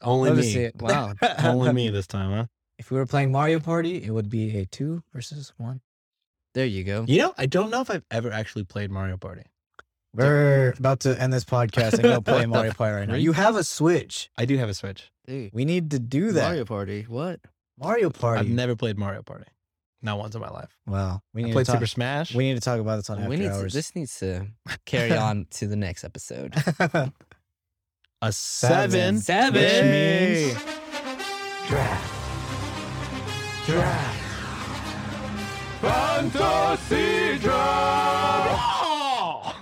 S6: Only
S10: Let
S6: me.
S10: me see it. Wow.
S6: Only me this time, huh?
S10: If we were playing Mario Party, it would be a two versus one.
S9: There you go.
S6: You know, I don't know if I've ever actually played Mario Party.
S10: We're about to end this podcast and go play Mario Party right now. You have a Switch.
S6: I do have a Switch.
S9: Dude,
S10: We need to do that. Mario,
S9: Mario Party. What?
S10: Party.
S6: I've never played Mario Party. Not once in my life.
S10: wow. We
S6: I
S10: need to
S6: played
S10: talk.
S6: Super Smash.
S10: we need to talk about this on After
S9: we need to,
S10: Hours.
S9: this needs to carry on to the next episode.
S6: a seven.
S9: Seven.
S6: Which
S10: Yay.
S6: means
S7: Fantasy Draft!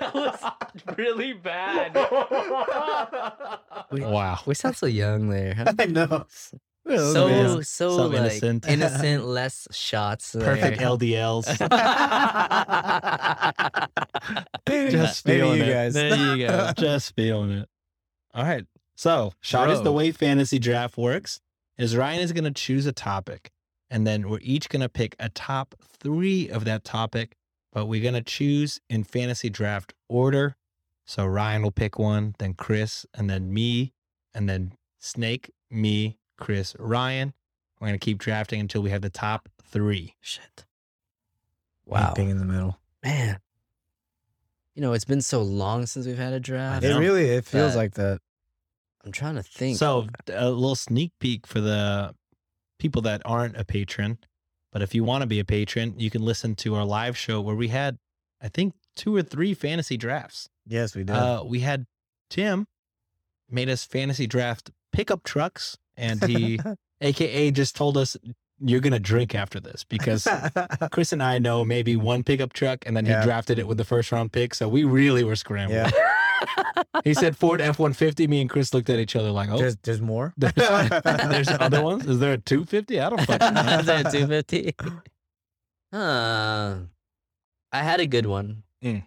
S9: That was really bad.
S6: Wow.
S9: We sound so young there. Huh?
S10: I know. Oh,
S9: so
S6: Yeah.
S9: so
S6: So
S9: like
S6: innocent.
S9: innocent. less shots. there.
S6: Perfect LDLs. Just
S10: Maybe
S6: feeling
S10: you
S6: it.
S10: guys.
S9: there you go.
S6: Just feeling it. All right. So, shot is the
S9: Bro.
S6: way fantasy draft works is Ryan is going to choose a topic and then we're each going to pick a top 3 of that topic, but we're going to choose in fantasy draft order. So Ryan will pick one, then Chris, and then me, and then Snake, me, Chris, Ryan. We're going to keep drafting until we have the top 3.
S9: Shit. Wow.
S10: Ping in the middle.
S9: Man. you know, it's been so long since we've had a draft.
S10: It
S6: know.
S10: really it feels
S9: That-
S10: like that.
S9: I'm trying to think.
S6: So a little sneak peek for the people that aren't a patron, but if you want to be a patron, you can listen to our live show where we had, I think, two or three fantasy drafts.
S10: Yes, we do.
S6: Uh, we had Tim made us fantasy draft pickup trucks, and he, AKA, just told us you're gonna drink after this because Chris and I know maybe one pickup truck, and then
S10: Yeah.
S6: he drafted it with the first round pick. So we really were scrambling.
S10: yeah.
S6: He said Ford F one fifty. Me and Chris looked at each other like, oh.
S10: There's there's more.
S6: There's, there's other ones. Is there a 250? I don't fucking know.
S9: Is there a 250? Huh. I had a good one.
S6: Mm.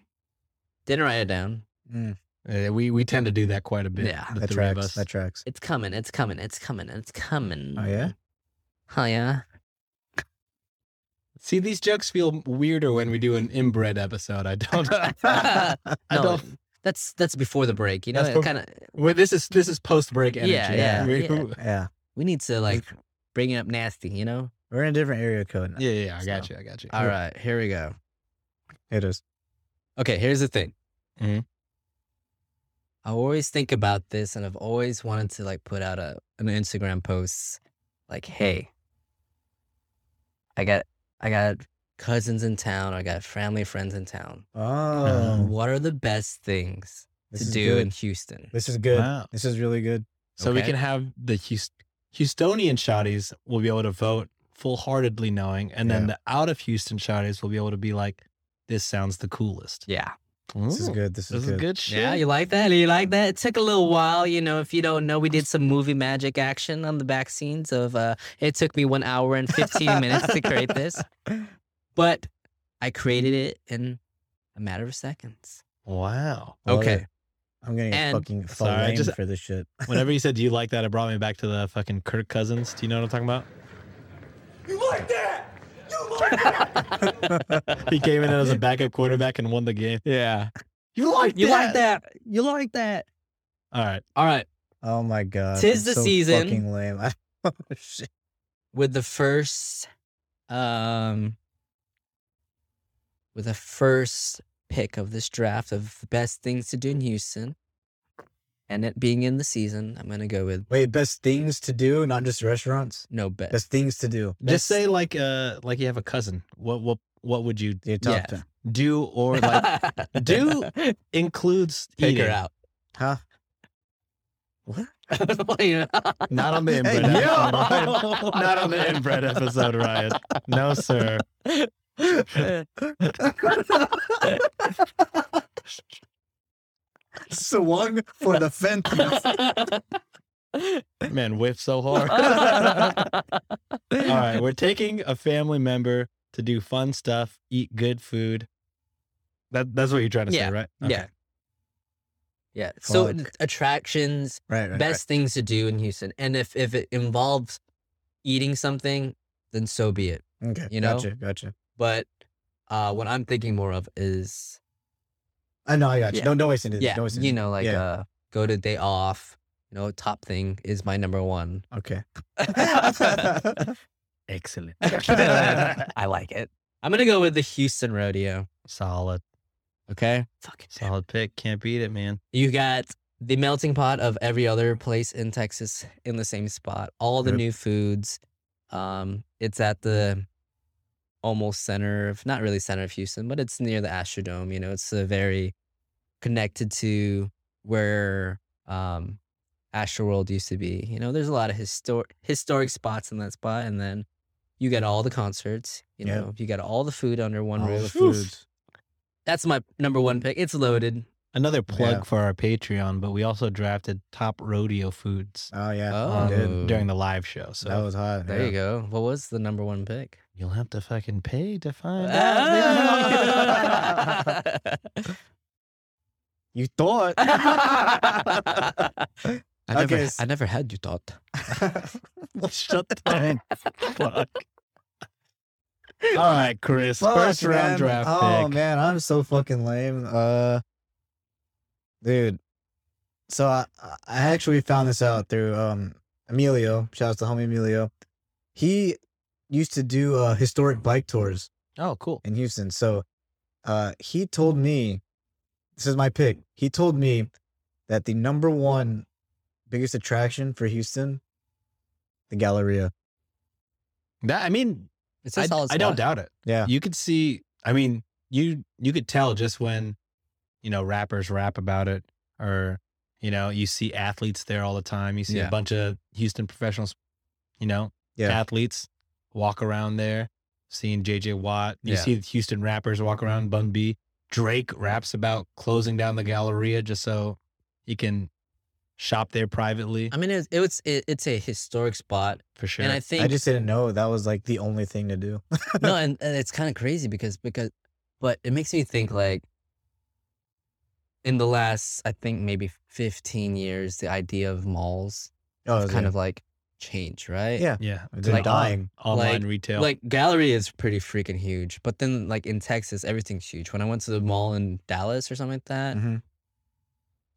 S9: Didn't write it down.
S10: Mm,
S6: Uh, we we tend to do that quite a bit.
S9: Yeah.
S6: the
S10: that
S6: three of
S10: tracks.
S6: us.
S10: That tracks.
S9: It's coming. It's coming. It's coming. It's coming.
S10: Oh yeah.
S9: Oh yeah.
S6: See, these jokes feel weirder when we do an inbred episode. I don't. I
S9: No,
S6: don't.
S9: That's that's before the break. You know,
S6: That's before-
S9: kind of.
S6: Well, this is this is post break energy.
S9: Yeah, yeah,
S6: We-
S9: yeah.
S10: Yeah.
S9: We need to like bring it up nasty. You know.
S10: We're in a different area code. Now.
S6: yeah, yeah, I got
S9: So-
S6: you. I got you.
S9: All right. Here we go.
S10: It is.
S9: Okay. Here's the thing.
S10: Mm-hmm.
S6: Mhm.
S9: I always think about this, and I've always wanted to like put out a an Instagram post, like, "Hey, I got I got cousins in town. I got family friends in town.
S6: Uh,
S10: Oh,
S9: What are the best things
S10: this
S9: to
S10: is
S9: do in
S10: good.
S9: Houston?"
S10: This is good.
S6: Wow.
S10: This is really good.
S6: So we
S9: Okay.
S6: can have the Houst- Houstonian shotties will be able to vote full heartedly, knowing, and then
S10: Yeah.
S6: the out of Houston shotties will be able to be like, "This sounds the coolest."
S9: Yeah.
S10: This is
S6: Ooh,
S10: good. This
S6: This is
S10: is good.
S6: good shit.
S9: Yeah, you like that? You like that? It took a little while, you know. If you don't know, we did some movie magic action on the back scenes of. Uh, it took me one hour and fifteen minutes to create this, but I created it in a matter of seconds.
S6: Wow.
S10: Love
S9: Okay.
S10: it. I'm gonna get
S9: And-
S10: fucking
S6: Sorry, I
S10: flamed
S6: just-
S10: for this shit.
S6: Whenever you said you like that, it brought me back to the fucking Kirk Cousins. Do you know what I'm talking about?
S7: You like that? You like that?
S6: He came in as a backup quarterback and won the game.
S5: Yeah.
S6: You like
S9: You like that? You like that?
S6: All right.
S9: All right.
S10: Oh my god.
S9: Tis
S10: I'm
S9: the
S10: so
S9: season.
S10: Fucking lame. I, oh, shit.
S9: with the first um with the first pick of this draft of the best things to do in Houston and it being in the season, I'm gonna go with
S10: Wait, best things to do, not just restaurants.
S9: no bet.
S10: Best things to do.
S6: Just say like uh like you have a cousin. What what what would you
S10: Your top
S9: Yeah.
S10: ten.
S6: do or like do includes
S9: take her
S6: eating.
S9: out.
S10: Huh?
S6: Not on the inbred.
S10: Hey,
S6: episode,
S10: yo!
S6: Ryan. Not on the inbred episode, Ryan. No, sir.
S10: Swung for the fences.
S6: Man, whiff so hard. All right, we're taking a family member to do fun stuff, eat good food. That that's what you're trying to
S9: Yeah,
S6: say, right?
S9: yeah. yeah. So
S10: Fuck.
S9: attractions,
S10: right, right.
S9: best things to do in Houston. And if if it involves eating something, then so be it.
S10: right. Okay.
S9: you know?
S10: Gotcha. Gotcha.
S9: But uh what I'm thinking more of is
S10: I know. I got you.
S9: Yeah.
S10: Don't don't waste anything.
S9: yeah,
S10: Don't waste
S9: you
S10: anything.
S9: know, like
S10: Yeah.
S9: uh, go to day off. You know, top thing is my number one.
S10: Okay.
S6: Excellent.
S9: I like it. I'm gonna go with the Houston Rodeo.
S6: Solid.
S9: Okay, fucking
S6: Solid pick. Can't beat it, man.
S9: You got the melting pot of every other place in Texas in the same spot. All the
S10: Yep.
S9: new foods. Um, it's at the almost center of not really center of Houston, but it's near the Astrodome. You know, it's a very connected to where um Astroworld used to be. You know, there's a lot of historic historic spots in that spot, and then you got all the concerts. You
S10: Yep.
S9: know, you got all the food under one
S10: All the
S9: roof.
S10: foods.
S9: That's my number one pick. It's loaded.
S6: Another plug
S10: Yeah.
S6: for our Patreon, but we also drafted top rodeo foods
S10: Oh yeah.
S9: Oh.
S6: on-
S10: Good.
S6: during the live show. So
S10: That was hot.
S9: There you go. What was the number one pick?
S6: you'll have to fucking pay to
S9: Uh,
S6: find out.
S9: Ah.
S10: You thought.
S9: I never,
S10: Okay, s-
S9: I never had you thought.
S6: Shut the fuck. All right, Chris.
S10: Fuck,
S6: first
S10: man.
S6: round draft
S10: oh,
S6: pick.
S10: man, I'm so fucking lame. Uh, dude. So I I actually found this out through um Emilio. Shout out to homie Emilio. He used to do uh historic bike tours
S6: Oh, cool.
S10: in Houston. So uh he told me This is my pick. He told me that the number one biggest attraction for Houston, the Galleria.
S6: That I mean,
S9: It's a
S6: I,
S9: solid
S6: I don't
S9: spot.
S6: doubt it.
S10: Yeah.
S6: You could see. I mean, you you could tell just when you know rappers rap about it, or you know you see athletes there all the time. You see
S9: Yeah.
S6: a bunch of Houston professionals, you know,
S10: Yeah.
S6: athletes walk around there. Seeing JJ Watt, you
S9: Yeah.
S6: see the Houston rappers walk around. Bun B, Drake raps about closing down the Galleria just so he can shop there privately
S9: I mean, it's it was, it, it's a historic spot,
S6: for sure.
S9: and I think
S10: I just didn't know that was like the only thing to do.
S9: no, and, and it's kind of crazy because because, but it makes me think like. In the last, I think maybe fifteen years, the idea of malls
S10: Oh,
S9: have kind of like changed, right?
S10: Yeah.
S6: yeah,
S10: they're
S9: like,
S10: dying.
S6: online
S9: like-
S6: retail.
S9: Like gallery is pretty freaking huge, but then like in Texas, everything's huge. When I went to the mall in Dallas or something like that,
S10: Mhm.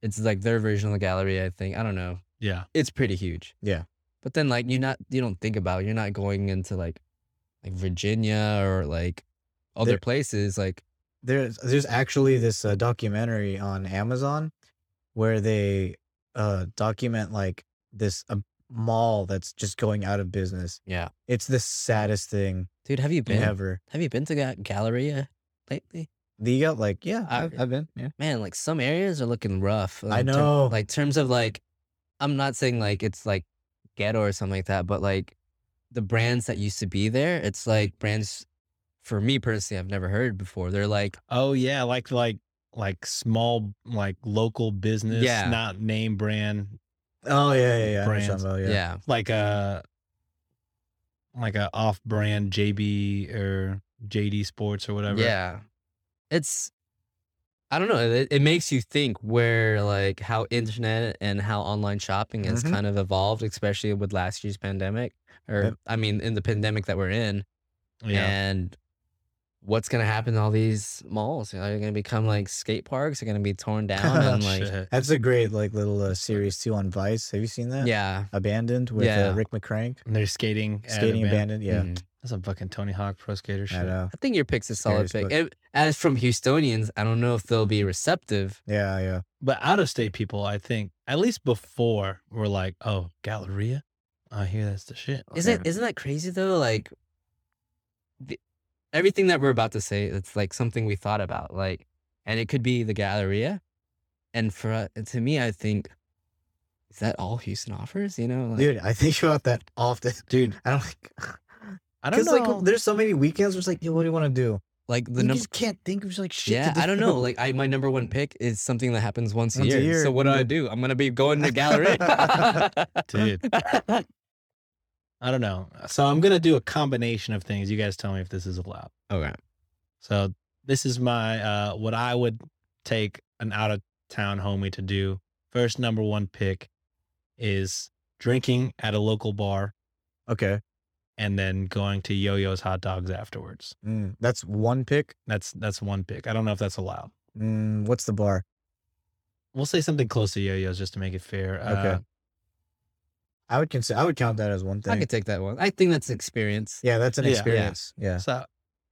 S9: it's like their version of the gallery. I think I don't know.
S6: yeah,
S9: It's pretty huge.
S10: Yeah.
S9: But then like you're not you don't think about it. you're not going into like like Virginia or like other
S10: There-
S9: places like
S10: There's there's actually this uh, documentary on Amazon where they uh document like this uh, mall that's just going out of business.
S9: yeah.
S10: It's the saddest thing
S9: Dude, have you been?
S10: ever.
S9: Have you been to Ga- Galleria lately?
S10: The uh, like yeah,
S9: I-
S10: I've, I've been yeah.
S9: man, like some areas are looking rough.
S10: I
S9: in ter-
S10: know.
S9: like terms of like, I'm not saying like it's like ghetto or something like that, but like the brands that used to be there, it's like brands for me personally I've never heard before. They're like
S6: Oh yeah, like like like small like local business,
S9: Yeah.
S6: not name brand,
S10: Oh yeah, yeah, yeah. I know what you're
S6: Brands.
S10: talking about,
S9: yeah,
S10: Oh, yeah.
S6: like a like a off brand JB or JD Sports or whatever.
S9: yeah. It's I don't know. It, it makes you think where like how internet and how online shopping has
S10: Mhm.
S9: kind of evolved, especially with last year's pandemic, or
S10: Yep.
S9: I mean, in the pandemic that we're in.
S6: yeah.
S9: and what's gonna happen to all these malls? Are they gonna become like skate parks? Are gonna be torn down and like
S6: Shit.
S10: That's a great like little uh, series too on Vice. Have you seen that?
S9: yeah,
S10: Abandoned with
S9: Yeah.
S10: uh, Rick McCrank.
S6: And they're skating, at
S10: Skating
S6: Aban-
S10: abandoned. Yeah,
S9: mhm.
S6: That's some fucking Tony Hawk pro skater
S10: I
S6: shit.
S10: know.
S9: I think your pick's a solid
S10: Scariest
S9: pick.
S10: book.
S9: It- as from Houstonians, I don't know if they'll be receptive.
S10: Yeah, yeah.
S6: But out of state people, I think at least before were like, oh Galleria, I hear that's the shit.
S9: Isn't isn't that crazy though? Like the, everything that we're about to say, it's like something we thought about. Like, and it could be the Galleria, and for uh, to me, I think. Is that all Houston offers? You know, like,
S10: Dude, I think about that often.
S6: Dude,
S10: I don't like.
S6: I don't
S10: Because
S6: know.
S10: like, there's so many weekends where it's like, yo, what do you want to do?
S9: like the
S10: you
S9: number
S10: just can't think of like shit. to
S9: Yeah,
S10: do.
S9: I don't know. Like I, my number one pick is something that happens once,
S10: Once a
S9: a, year.
S10: year,
S9: So what do I
S10: yeah.
S9: do? I'm gonna be going to gallery.
S6: Dude. I don't know. So I'm gonna do a combination of things. You guys tell me if this is allowed.
S9: okay.
S6: So this is my uh what I would take an out of town homie to do. First number one pick is drinking at a local bar
S10: Okay,
S6: and then going to Yo-Yo's hot dogs afterwards.
S10: Mm, that's one pick.
S6: That's that's one pick. I don't know if that's allowed.
S10: Mm, what's the bar?
S6: We'll say something close to Yo-Yo's just to make it fair.
S10: Okay.
S6: Uh,
S10: I would consider. I would count that as one thing.
S9: I could take that one. I think that's experience.
S10: yeah, that's an
S6: Yeah.
S10: experience. Yeah.
S6: uh, so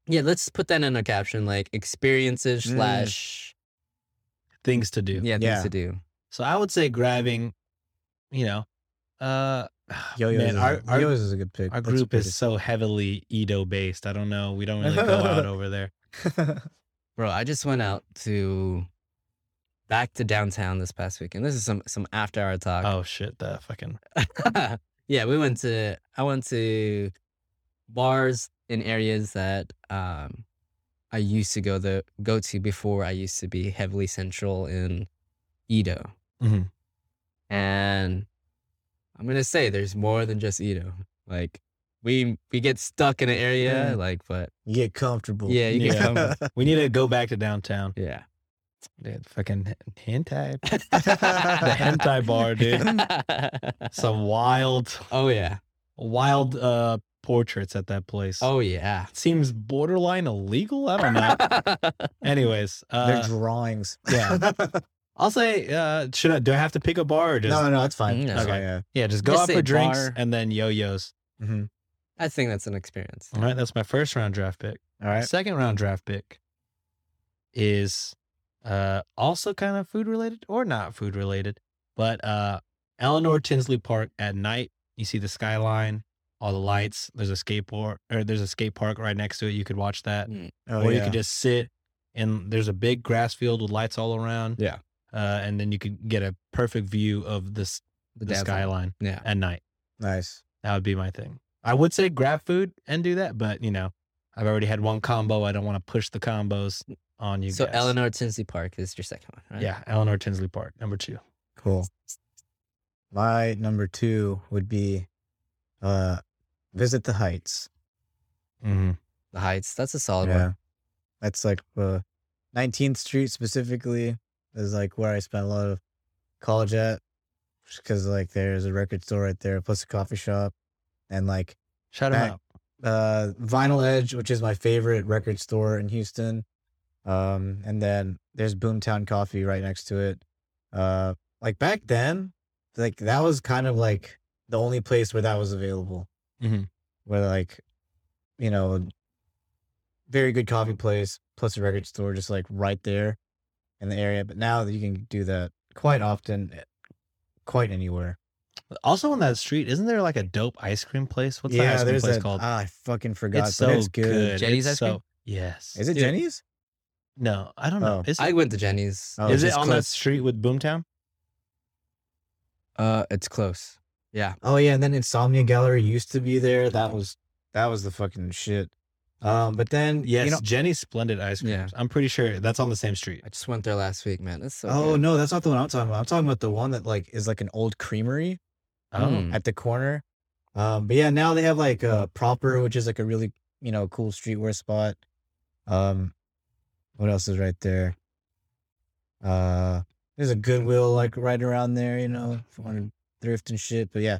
S9: Yeah, let's put that in our caption, like experiences
S10: Mm.
S9: slash
S6: things to do.
S9: yeah, things
S10: Yeah.
S9: to do.
S6: So I would say grabbing, you know, uh
S10: Yo
S6: man,
S10: yo's,
S6: our, our-
S10: yo's is a good pick.
S6: our
S10: That's
S6: group
S10: pretty-
S6: is so heavily Edo based. I don't know. We don't really go out over there.
S9: Bro, I just went out to back to downtown this past weekend. This is some some after hour talk.
S6: Oh shit, the fucking
S9: yeah, we went to I went to bars in areas that um I used to go the go to before I used to be heavily central in Edo.
S6: Mhm.
S9: And I'm gonna say there's more than just Edo. Like we we get stuck in an area,
S10: Mm.
S9: like but
S10: You get comfortable.
S9: yeah, you
S6: Yeah.
S9: can come.
S6: We need to go back to downtown.
S9: Yeah.
S6: Dude, fucking hentai. the hentai bar, dude. Some wild,
S9: oh yeah.
S6: wild uh, portraits at that place.
S9: Oh yeah.
S6: seems borderline illegal. I don't know. Anyways,
S10: Their
S6: uh,
S10: drawings.
S6: yeah. I'll say, uh, should I? Do I have to pick a bar or just?
S10: no, no, that's fine.
S9: No.
S10: That's
S6: Okay.
S10: fine, yeah.
S6: Yeah, just go
S9: Just
S6: out
S9: say
S6: for drinks
S9: bar.
S6: and then yo-yos.
S10: Mhm.
S9: I think that's an experience.
S6: All right, that's my first round draft pick.
S10: All right.
S6: Second round draft pick is uh, also kind of food related or not food related, but uh, Eleanor Tinsley Park at night. You see the skyline, all the lights. There's a skateboard or there's a skate park right next to it. You could watch that,
S10: Oh,
S6: or
S10: yeah.
S6: you could just sit and there's a big grass field with lights all around.
S9: Yeah.
S6: uh, and then you could get a perfect view of this
S9: The,
S6: the,
S9: dazzle.
S6: skyline
S9: Yeah.
S6: at night.
S10: nice.
S6: That would be my thing. I would say grab food and do that, but you know, I've already had one combo. I don't want to push the combos on you
S9: So
S6: guys.
S9: Eleanor Tinsley Park is your second one, right?
S6: Yeah, Eleanor Tinsley Park, number two.
S10: Cool. My number two would be uh, visit the heights.
S6: Mm-hmm.
S9: The Heights. That's a solid one.
S10: That's like uh, 19th Street specifically is like where I spent a lot of college at because like there's a record store right there plus a coffee shop and like
S6: Shout him
S10: Back-
S6: out.
S10: uh, Vinyl Edge, which is my favorite record store in Houston. Um, and then there's Boomtown Coffee right next to it. Uh, like back then, like that was kind of like the only place where that was available.
S6: Mhm.
S10: Where like, you know, very good coffee place plus a record store just like right there in the area. But now that you can do that quite often, eh, quite anywhere.
S6: Also on that street, isn't there like a dope ice cream place? What's that ice cream
S10: there's
S6: place
S10: a-
S6: called?
S10: ah, I fucking forgot.
S6: it's
S10: but
S6: so good.
S9: Jenny's
S6: It's
S9: ice cream?
S6: so- yes.
S10: Is it
S9: Dude.
S10: Jenny's?
S6: No, I don't know.
S10: Oh.
S6: Is it,
S9: I went to Jenny's.
S10: Oh,
S6: is it
S10: just
S6: on that
S10: close.
S6: street with Boomtown?
S9: Uh, it's close. Yeah.
S10: Oh yeah, and then Insomnia Gallery used to be there. That was that was the fucking shit. Um, but then
S6: Yes,
S10: you know,
S6: Jenny's Splendid Ice Creams.
S9: Yeah.
S6: I'm pretty sure that's on the same street.
S9: I just went there last week, man. It's so
S10: oh
S9: good.
S10: no, that's not the one I'm talking about. I'm talking about the one that like is like an old creamery
S6: Oh,
S9: Mm.
S10: at the corner. Um, but yeah, now they have like uh proper, which is like a really you know cool streetwear spot. Um, what else is right there? Uh, there's a Goodwill like right around there, you know, if you want to thrift and shit. But yeah,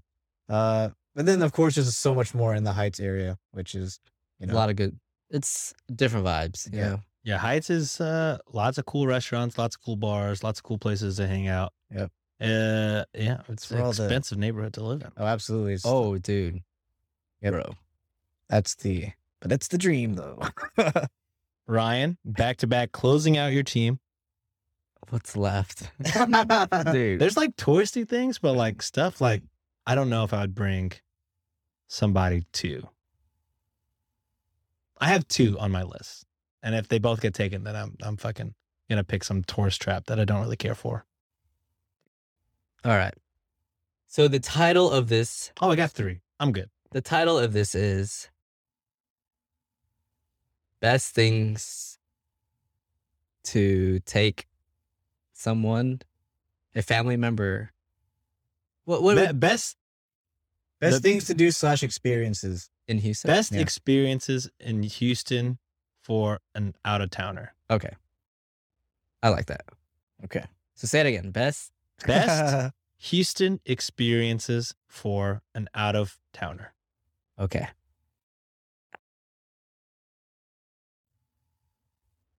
S10: uh, but then of course there's so much more in the Heights area, which is you know
S9: A lot of good. It's different vibes. You
S10: Yeah.
S9: know?
S6: yeah. Heights is uh, lots of cool restaurants, lots of cool bars, lots of cool places to hang out.
S10: Yep.
S6: Uh, yeah, it's
S10: where
S6: an
S10: all the-
S6: expensive neighborhood to live in.
S10: Oh, absolutely. It's-
S9: Oh, dude.
S10: Yep.
S9: Bro.
S10: that's the but that's the dream though.
S6: Ryan, back to back, closing out your team.
S9: What's left?
S10: Dude.
S6: There's like touristy things, but like stuff like I don't know if I would bring somebody to. I have two on my list, and if they both get taken, then I'm I'm fucking gonna pick some tourist trap that I don't really care for.
S9: All right. So the title of this,
S6: Oh, I got three. I'm good.
S9: the title of this is best things to take someone, a family member. What? What?
S6: Be-
S9: would-
S6: best
S10: Best
S6: The-
S10: things to do slash experiences.
S9: in Houston?
S6: best
S10: Yeah.
S6: experiences in Houston for an out of towner.
S9: Okay. I like that.
S10: Okay.
S9: So say it again. Best.
S6: Best Houston experiences for an out of towner.
S9: Okay.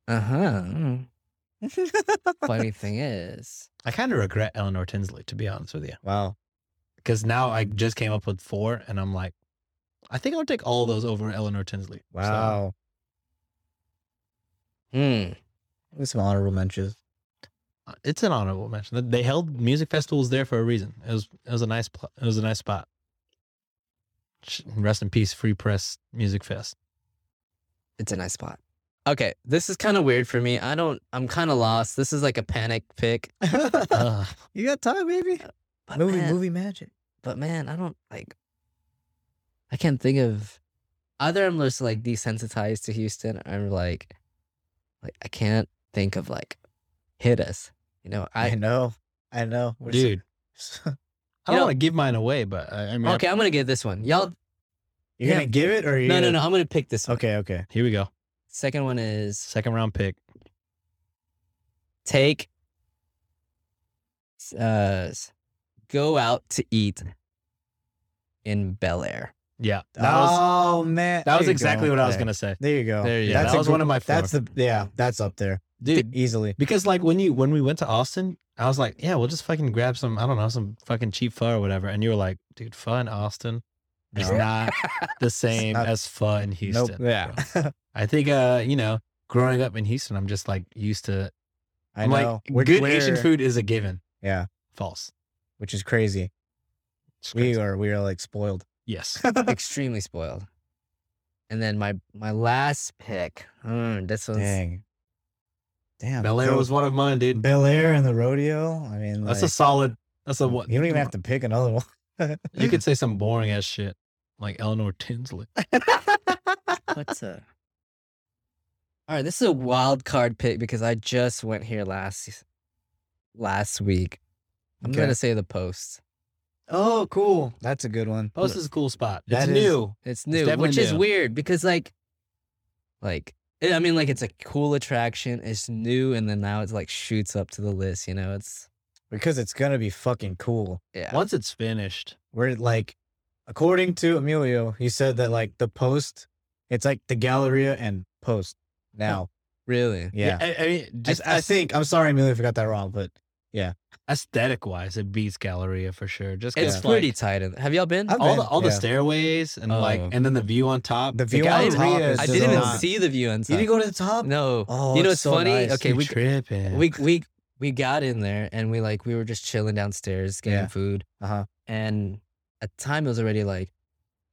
S9: Uh huh. Funny thing is,
S6: I kind of regret Eleanor Tinsley, to be honest with you.
S10: wow.
S6: because now I just came up with four, and I'm like, I think I would take all those over Eleanor Tinsley. So,
S10: Wow.
S9: hmm,
S10: There's some honorable mentions.
S6: uh, it's an honorable mention. They- They held music festivals there for a reason. It was it was a nice pl- it was a nice spot. Sh- Rest in peace, Free Press Music Fest.
S9: it's a nice spot. Okay, this is kind of weird for me. I don't. I'm kind of lost. This is like a panic pick.
S6: Ugh.
S10: you got time, baby.
S9: But
S10: Movie
S9: Oh, man,
S10: movie magic.
S9: but man, I don't like. I can't think of. Either I'm just like desensitized to Houston, or I'm like, like I can't think of like, hit us. You know,
S10: I,
S9: I
S10: know. I know. We're so-
S6: dude, I
S9: You
S6: don't
S9: know-
S6: want to give mine away, but I, I mean,
S9: okay. I'm gonna give this one. Y'all
S10: You're
S9: Yeah.
S10: gonna give it or you
S9: No, no, no. I'm gonna pick this. One.
S10: Okay, okay.
S6: here we go.
S9: Second one is
S6: Second round pick.
S9: take. Uh, s- go out to eat. In Bel Air.
S6: Yeah, that was
S10: oh man.
S6: that was
S10: There you
S6: exactly
S10: go.
S6: what I was
S10: There.
S6: gonna say,
S10: There you go.
S6: There you go.
S10: That's
S6: That
S10: a
S6: was
S10: gr-
S6: one of my
S10: That's the yeah, that's up there.
S6: dude.
S10: Easily.
S6: Because like when you when we went to Austin, I was like, yeah, we'll just fucking grab some I don't know some fucking cheap pho or whatever, and you were like, dude, pho in Austin is
S10: No.
S6: not the same
S10: not-
S6: as pho in Houston.
S10: Yeah.
S6: I think uh you know growing up in Houston, I'm just like used to
S10: I
S6: I'm
S10: know.
S6: Like
S10: We're-
S6: good
S10: we're-
S6: Asian food is a given.
S10: Yeah,
S6: False.
S10: which is crazy.
S6: It's
S10: We
S6: crazy.
S10: are we are like spoiled.
S6: Yes.
S9: extremely spoiled. And then my my last pick. Mm, this one's
S10: Dang. Damn.
S6: Bel Air
S10: Go-
S6: was one of mine, dude.
S10: Bel Air and the rodeo. I mean,
S6: That's a
S10: like,
S6: solid. That's a what?
S10: You don't even have to pick another one.
S6: You could say some boring ass shit like Eleanor Tinsley.
S9: what's a. All right, this is a wild card pick because I just went here last last week. I'm
S10: Okay.
S9: gonna say the post.
S10: Oh, cool. That's a good one.
S6: Post is a cool spot. It's
S10: That is-
S6: new.
S9: It's new,
S6: definitely
S9: which is
S6: new.
S9: weird because like, like eh, I I mean, like it's a cool attraction. It's new, and then now it's like shoots up to the list. You know, it's
S10: Because it's gonna be fucking cool.
S9: yeah.
S6: Once it's finished,
S10: We're like, according to Emilio, he said that like the post, it's like the Galleria and post now.
S9: Really?
S10: Oh, Yeah.
S6: I, I mean, just
S10: I, I think I'm sorry, Emilio, if I got that wrong, but
S6: aesthetic wise, it beats Galleria for sure. Just 'cause,
S9: It's
S6: like,
S9: pretty tight. in- Have y'all been?
S10: I've
S6: all
S10: been-
S6: the all the
S10: yeah.
S6: stairways and like
S9: Oh.
S6: and then the view on top.
S10: The view on
S9: top
S6: Galleria
S10: is
S9: I
S10: It's
S9: didn't
S10: just
S9: even
S10: not-
S9: see the view
S10: you
S9: inside.
S10: didn't go to the top.
S9: No.
S10: Oh,
S9: you know what's
S10: it's so
S9: funny?
S10: nice.
S9: Okay,
S6: You
S9: we
S6: tripping.
S9: we we we got in there and we like we were just chilling downstairs getting
S10: Yeah.
S9: food.
S10: Uh-huh.
S9: And at the time it was already like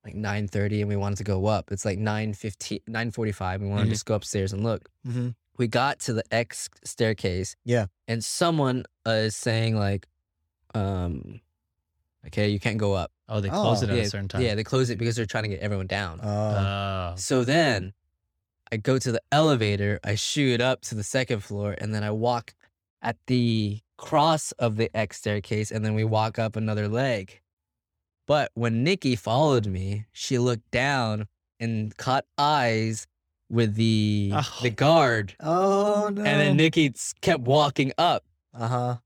S9: like 9:30 and we wanted to go up. It's like 9:15 9:45 we wanted
S6: Mhm.
S9: to just go upstairs and look.
S10: Mm-hmm.
S9: We got to the X staircase.
S10: Yeah.
S9: And someone uh, is saying like um okay, you can't go up.
S6: oh they
S10: Oh.
S6: close it at
S9: yeah,
S6: a certain time.
S9: Yeah, they close it because they're trying to get everyone down.
S10: Uh,
S6: Oh.
S9: So then I go to the elevator, I shoot up to the second floor, and then I walk at the cross of the X staircase, and then we walk up another leg. But when Nikki followed me, she looked down and caught eyes with the
S6: Oh.
S9: the guard.
S10: oh no.
S9: And then Nikki s- kept walking up.
S10: uh huh.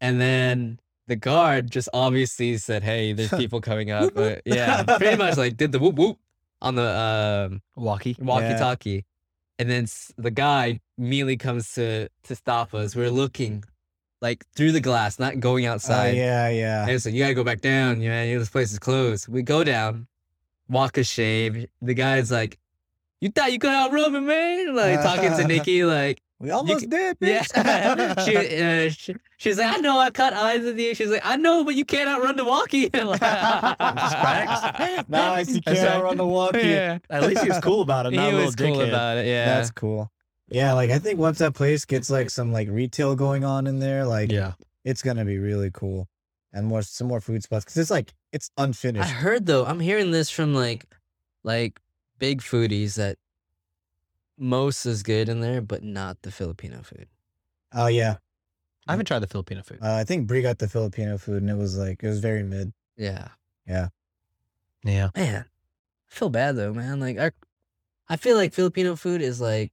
S9: And then the guard just obviously said, Hey, there's people coming up. but yeah, pretty much like did the whoop whoop on the um
S6: Walkie.
S9: walkie talkie. And then s- the guy immediately comes to to stop us. We're looking like through the glass, not going
S6: Oh,
S9: outside.
S10: Uh, yeah, yeah.
S9: And so you gotta go back down, you know, this place is closed. We go down, walk a shave. The guy's like, You thought you could outrun me, man? Like talking to Nikki, like,
S10: We almost
S9: c-
S10: did,
S9: yeah.
S10: bitch.
S9: she, uh, she, she's like, I know I cut eyes with you. She's like, I know, but you can't outrun the walkie.
S10: Facts. nice, you
S6: That's
S10: can't
S6: right.
S10: run the walk. Yeah.
S9: yeah.
S6: At least he was cool about it.
S9: He
S6: Not a little
S9: was cool
S6: dickhead.
S9: about it. Yeah.
S10: That's cool. Yeah, like I think once that place gets like some like retail going on in there, like
S6: Yeah.
S10: it's gonna be really cool, and more some more food spots because it's like it's
S9: I
S10: unfinished.
S9: heard though, I'm hearing this from like like big foodies that most is good in there, but not the Filipino food.
S10: Oh yeah,
S6: I haven't tried the Filipino food.
S10: uh, I think Brie got the Filipino food, and it was like it was very mid.
S9: Yeah.
S6: yeah.
S9: Man. I feel bad though, man. Like our I feel like Filipino food is like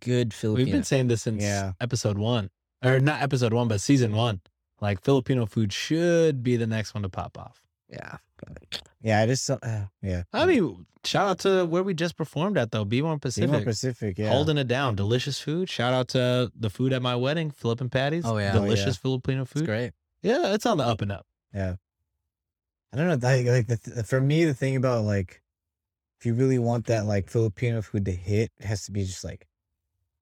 S9: good Filipino.
S6: We've been saying this since
S10: Yeah.
S6: episode one, or not episode one, but season one. Like Filipino food should be the next one to pop off.
S9: yeah.
S10: Yeah, I just uh, yeah.
S6: I mean, shout out to where we just performed at though, Be More Pacific,
S10: Pacific, Pacific, yeah.
S6: holding it down. Delicious food. Shout out to the food at my wedding, Flippin' Patties.
S9: Oh, yeah. Oh,
S6: delicious Filipino
S9: It's
S6: food.
S9: great.
S6: Yeah, it's on the up and up.
S10: I don't know. Like, like the th- for me, the thing about like, if you really want that like Filipino food to hit, it has to be just like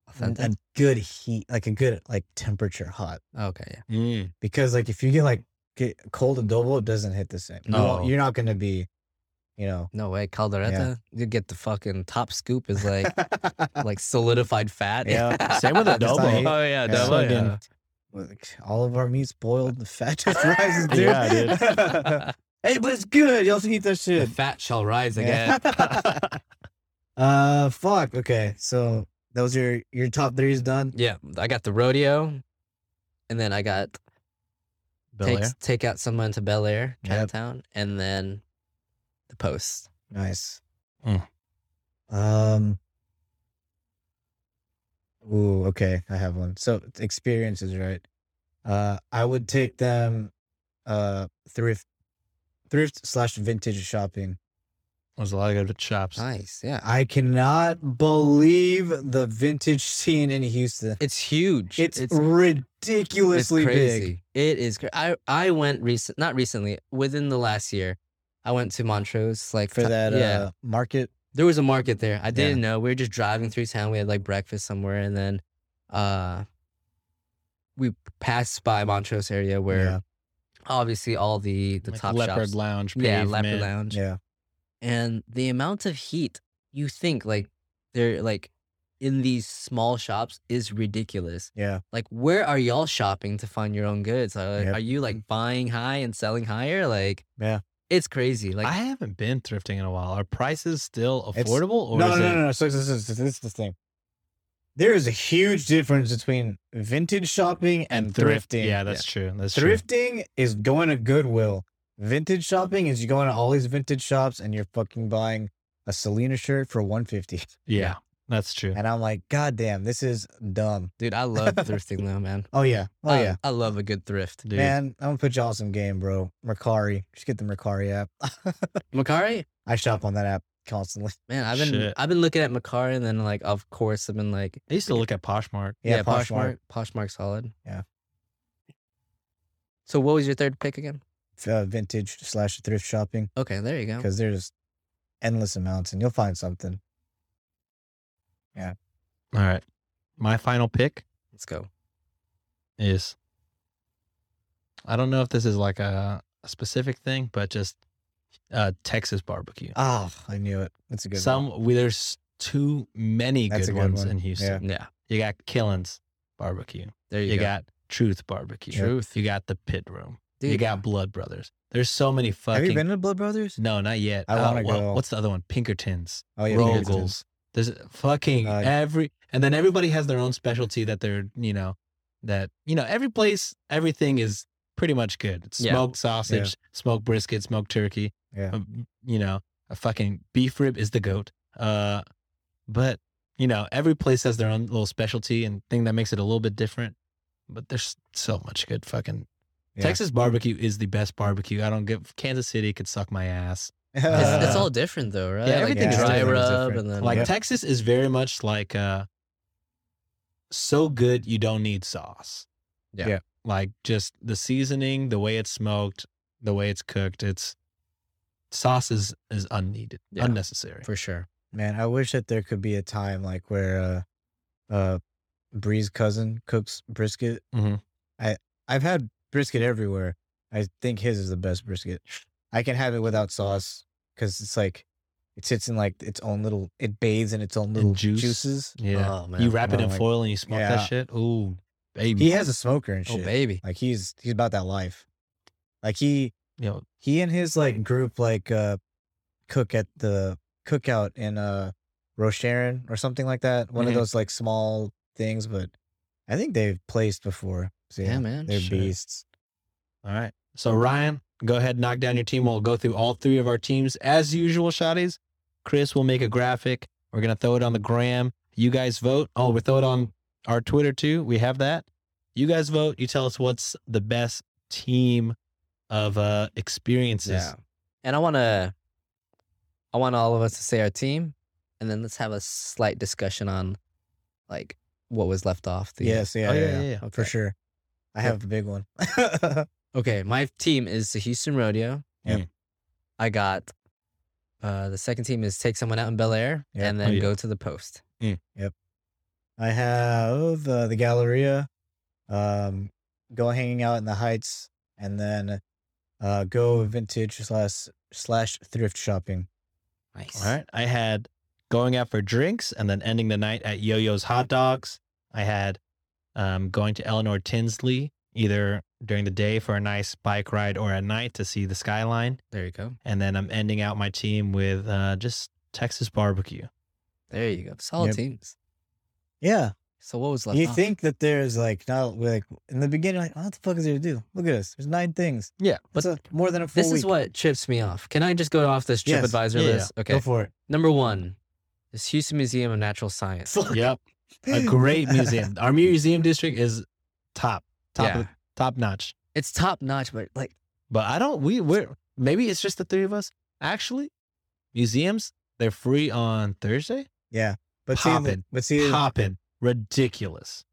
S10: a
S9: Authentic.
S10: a good heat, like a good like temperature hot.
S9: Okay, yeah.
S10: because like if you get like get cold adobo, it doesn't hit the same. You won't-
S6: Oh.
S10: you're not gonna be, you know.
S9: No way, caldereta. You get the fucking top scoop is like like solidified fat.
S10: Yeah.
S6: Same with
S10: Just
S6: adobo.
S10: like-
S9: Oh yeah,
S10: Yeah.
S9: double. Yeah.
S10: like, all of our meat's boiled. The fat just rises, dude.
S6: Yeah,
S10: hey, but it's good. You also eat that
S9: The
S10: shit.
S9: fat shall rise again.
S10: Yeah. uh, fuck. Okay, so those are your top threes done.
S9: Yeah, I got the rodeo, and then I got
S6: Bel
S9: take
S6: Air.
S9: take out someone to Bel Air,
S10: Yep.
S9: Chinatown, and then the post.
S10: Nice.
S6: Mm.
S10: Um. Ooh, okay. I have one. So it's experiences, right? Uh, I would take them, uh, thrift, thrift slash vintage shopping.
S6: There's a lot of good shops.
S9: Nice, yeah.
S10: I cannot believe the vintage scene in Houston.
S9: It's huge.
S10: It's,
S9: it's it's
S10: ridiculously big.
S9: crazy. It is. Cra- I I went recent, not recently, within the last year. I went to Montrose, like
S10: For
S9: ti-
S10: that
S9: Yeah,
S10: uh, market,
S9: there was a market there. I didn't know. We were just driving through town. We had like breakfast somewhere, and then, uh, we passed by Montrose area where
S10: Yeah.
S9: obviously all the the
S6: Like
S9: top
S6: leopard
S9: shops,
S6: lounge.
S9: yeah,
S6: Pavement.
S9: leopard lounge,
S10: Yeah.
S9: and the amount of heat you think like they're like in these small shops is ridiculous.
S10: Yeah.
S9: Like, where are y'all shopping to find your own goods? Are,
S10: Yep.
S9: are you like buying high and selling higher? Like,
S10: Yeah.
S9: it's crazy. Like,
S6: I haven't been thrifting in a while. Are prices still
S10: It's-
S6: affordable? or
S10: no,
S6: is
S10: no,
S6: it,
S10: no, no, no. So this is this is the thing. There is a huge difference between vintage shopping and,
S6: thrift-
S10: thrifting.
S6: Yeah, that's true. That's true.
S10: thrifting is going to Goodwill. Vintage shopping is you go into all these vintage shops and you're fucking buying a Selena shirt for 150.
S6: Yeah, that's true.
S10: And I'm like, God damn, this is dumb.
S9: dude, I love thrifting though, man.
S10: Oh yeah. Oh
S9: I-
S10: yeah.
S9: I love a good thrift.
S6: Dude,
S10: Man, I'm gonna put y'all some game, bro. Mercari. Just get the Mercari app.
S9: Macari,
S10: I shop on that app constantly.
S9: man, I've been
S6: Shit.
S9: I've been looking at Macari, and then like, of course, I've been like,
S6: I used to look at Poshmark.
S10: Yeah, Poshmark.
S9: Poshmark solid.
S10: Yeah.
S9: So what was your third pick again?
S10: Uh, vintage slash thrift shopping.
S9: Okay, there you go.
S10: Because there's endless amounts and you'll find something.
S6: All right. My final pick
S9: Let's go.
S6: is I don't know if this is like a, a specific thing, but just uh Texas barbecue.
S10: Ah, I knew it. That's a good one.
S6: Some we there's too many
S10: That's
S6: good,
S10: a good
S6: ones
S10: one.
S6: in Houston.
S9: Yeah,
S6: You got Killins barbecue.
S9: there
S6: You,
S9: you, go.
S6: got Truth barbecue.
S10: Truth.
S6: You got the Pit Room.
S9: Dude,
S6: You got Blood Brothers. There's so many fucking
S10: Have you been to Blood Brothers?
S6: No, not yet. Uh,
S10: I wanna
S6: wha-
S10: go.
S6: What's the other one? Pinkertons.
S10: Oh
S6: Rogals.
S10: Pinkerton.
S6: There's fucking
S10: Uh,
S6: every, and then everybody has their own specialty that they're, you know, that you know every place everything is pretty much good. It's
S9: Yeah.
S6: Smoked sausage, smoked brisket, smoked turkey.
S10: Yeah.
S6: um, you know, a fucking beef rib is the goat. Uh, but you know, every place has their own little specialty and thing that makes it a little bit different. But there's so much good fucking.
S10: Yeah.
S6: Texas barbecue is the best barbecue. I don't give Kansas City could suck my ass.
S9: it's, it's
S6: Uh,
S9: all different though, right?
S6: everything
S9: like
S6: is
S9: dry
S6: different.
S9: rub
S10: Everything's
S9: and then
S6: like
S10: Yep.
S6: Texas is very much like uh so good you don't need sauce.
S9: Yeah.
S10: Yeah.
S6: Like just the seasoning, the way it's smoked, the way it's cooked, it's sauce is is unneeded,
S9: Yeah.
S6: unnecessary.
S9: for sure.
S10: Man, I wish that there could be a time like where uh uh Bree's cousin cooks brisket.
S6: Mhm.
S10: I I've had brisket everywhere. I think his is the best brisket. I can have it without sauce because it's like it sits in like its own little it bathes in its own little
S6: juice.
S10: juices.
S6: yeah.
S9: Oh man.
S6: you wrap it in
S10: Oh my-
S6: foil and you smoke
S10: Yeah.
S6: that shit. Ooh, baby.
S10: He has a smoker and
S9: oh
S10: shit.
S9: baby.
S10: Like he's he's about that life. Like he
S6: you know,
S10: he and his like group like uh cook at the cookout in uh Rocheron or something like that. One
S6: Mhm.
S10: of those like small things, but I think they've placed before. So, yeah,
S9: Yeah, man.
S10: They're
S6: Shit.
S10: beasts.
S6: all right. So Ryan, go ahead, knock down your team. We'll go through all three of our teams as usual, shotties. Chris will make a graphic. We're gonna throw it on the gram. You guys vote. Oh, we throw it on our Twitter too. We have that. You guys vote. You tell us what's the best team of uh experiences.
S9: Yeah. And I wanna I want all of us to say our team and then let's have a slight discussion on like what was left off. The,
S10: Yes, yeah,
S6: Oh,
S10: yeah,
S6: yeah,
S10: yeah,
S6: yeah, yeah.
S10: for
S9: Okay.
S10: sure. I
S9: Yep.
S10: have a big one.
S9: Okay, my team is the Houston Rodeo.
S6: Mm.
S10: Yep.
S9: I got uh the second team is take someone out in Bel Air
S10: Yep.
S9: and
S6: Oh,
S9: then
S6: yeah.
S9: go to the post.
S10: I have uh, the Galleria, um, go hanging out in the Heights, and then uh, go vintage slash slash thrift shopping.
S9: Nice.
S6: All right. I had going out for drinks and then ending the night at Yo Yo's Hot Dogs. I had um, going to Eleanor Tinsley either during the day for a nice bike ride or at night to see the skyline.
S9: There you go.
S6: And then I'm ending out my team with uh, just Texas barbecue.
S9: There you go. Solid
S10: Yep.
S9: teams.
S10: Yeah,
S9: So what was left
S10: you
S9: off?
S10: think that there's like not like in the beginning like "Oh, what the fuck is there to do? Look at us. There's nine things.
S6: Yeah.
S10: That's a, more than a full
S9: this
S10: week.
S9: is what trips me off. Can I just go off this
S10: Yes.
S9: TripAdvisor advisor
S6: Yeah, yeah.
S9: list?
S10: Go
S9: Okay.
S10: for it.
S9: Number one is Houston Museum of Natural Science.
S6: Yep. A great museum. Our museum district is top, top, of
S9: Yeah.
S6: the- top notch.
S9: It's top notch, but like
S6: But I don't, we, we're, maybe it's just the three of us. Actually, museums, they're free on Thursday.
S10: Yeah. But see,
S6: Poppin'.
S10: but see,
S6: Popping. Ridiculous.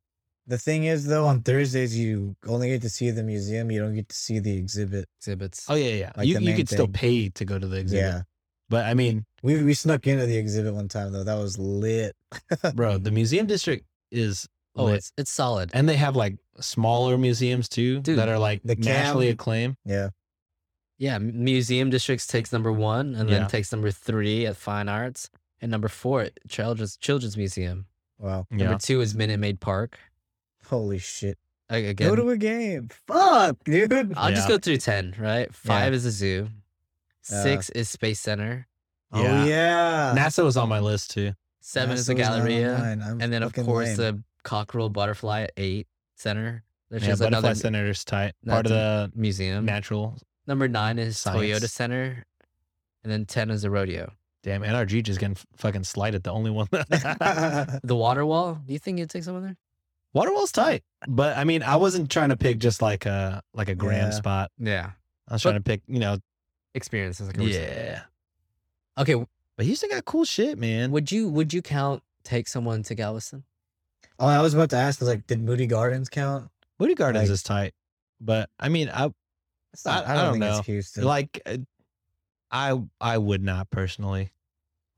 S10: the thing is though, on Thursdays you only get to see the museum. You don't get to see the exhibit.
S9: exhibits.
S6: Oh yeah, yeah.
S10: Like
S6: you
S10: the
S6: you
S10: main
S6: could still
S10: thing.
S6: pay to go to the exhibit.
S10: Yeah.
S6: But I mean,
S10: We we snuck into the exhibit one time though. That was lit.
S6: bro, the museum district is
S9: Oh,
S6: lit.
S9: it's it's solid.
S6: and they have like smaller museums too
S9: Dude,
S6: that are like
S10: the
S6: nationally
S10: Cam-
S6: acclaimed.
S10: Yeah.
S9: Yeah, M- Museum Districts takes number one, and
S6: Yeah.
S9: then takes number three at Fine Arts, and number four at Children's Children's Museum.
S10: Wow.
S9: Number two is Minute Maid Park.
S10: Holy shit.
S9: A- Again,
S10: Go to a game. Fuck, dude.
S9: I'll just
S6: Yeah.
S9: go through ten. Right, five is the zoo, six is Space Center,
S10: oh
S6: yeah.
S10: yeah.
S6: NASA was on my list too.
S9: seven is
S10: NASA's
S9: the
S10: not
S9: Galleria,
S10: online. I'm
S9: and then of
S10: fucking
S9: course
S10: lame.
S9: the Cockerel Butterfly at eight Center. There's
S6: Yeah,
S9: just
S6: Butterfly
S9: another
S6: Senator's tight. Part of the
S9: museum.
S6: natural.
S9: Number nine is Toyota
S6: Science.
S9: Center, and then ten is the rodeo.
S6: Damn, NRG just getting f- fucking slighted. The only one. that-
S9: The water wall. Do you think you'd take someone there?
S6: Waterwall's tight, but I mean, I wasn't trying to pick just like a like a gram
S10: Yeah.
S6: spot.
S9: Yeah,
S6: I was
S9: But-
S6: trying to pick, you know,
S9: experiences. Like I was saying.
S6: yeah.
S9: Okay,
S6: But Houston got cool shit, man.
S9: Would you would you count take someone to Galveston?
S10: oh, I was about to ask, I was like, did Moody Gardens count?
S6: Woody Gardens
S10: Like-
S6: is tight, but I mean, I
S10: It's
S6: I- I don't
S10: think
S6: know.
S10: it's Houston.
S6: like uh, i i would not personally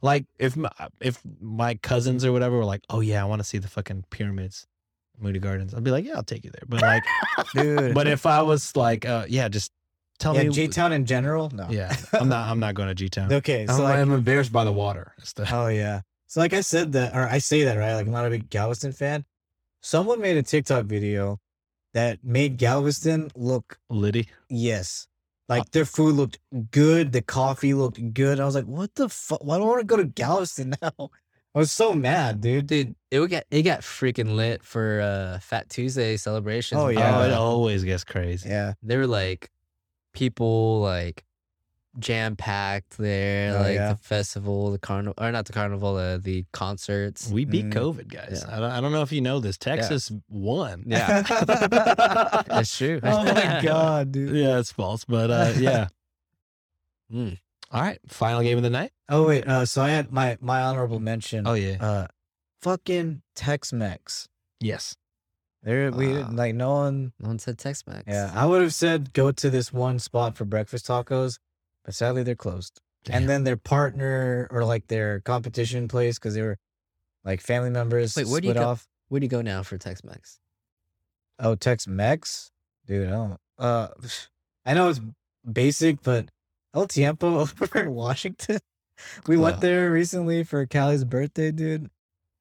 S6: like if my, if my cousins or whatever were like oh yeah i want to see the fucking pyramids moody gardens i'd be like yeah i'll take you there but like
S10: dude.
S6: but if i was like uh yeah just tell
S10: yeah,
S6: me
S10: G Town in general? No.
S6: yeah i'm not i'm not going to g-town
S10: Okay. So
S6: I'm,
S10: like,
S6: I'm embarrassed by the water It's the-
S10: Oh yeah. So like I said that, or I say that right. Like I'm not a big Galveston fan. Someone made a TikTok video that made Galveston look
S6: liddy
S10: yes, like their food looked good, the coffee looked good. I was like, what the fuck? Why do I want to go to Galveston now? I was so mad, dude.
S9: Dude, it would get it got freaking lit for uh Fat Tuesday celebrations.
S10: Oh,
S9: and
S10: Yeah.
S6: oh
S9: all
S6: it
S9: that.
S6: always gets crazy
S10: Yeah.
S9: They were like people like jam packed there,
S10: Oh,
S9: like
S10: yeah.
S9: the festival, the carnival or not the carnival, uh, the concerts.
S6: we beat
S10: Mm.
S6: covid guys I, don't, I don't know if you know this texas won
S9: Yeah. That's true.
S10: oh my god, dude.
S6: yeah it's false but uh yeah Hmm.
S9: Mm.
S6: all right final game of the night
S10: Oh wait. Uh, so I had my my honorable mention.
S6: oh yeah
S10: Uh, fucking Tex-Mex.
S6: yes
S10: There we
S9: Wow.
S10: like no one
S9: No one said Tex Mex.
S10: Yeah, I would have said go to this one spot for breakfast tacos, but sadly they're closed.
S6: Damn.
S10: And then their partner or like their competition place because they were like family members
S9: Wait, where do you
S10: split
S9: go-
S10: off.
S9: Where do you go now for Tex Mex?
S10: Oh, Tex Mex, dude. I don't. Uh, I know it's basic, but El Tiempo over in Washington. We
S9: Wow.
S10: went there recently for Callie's birthday, dude.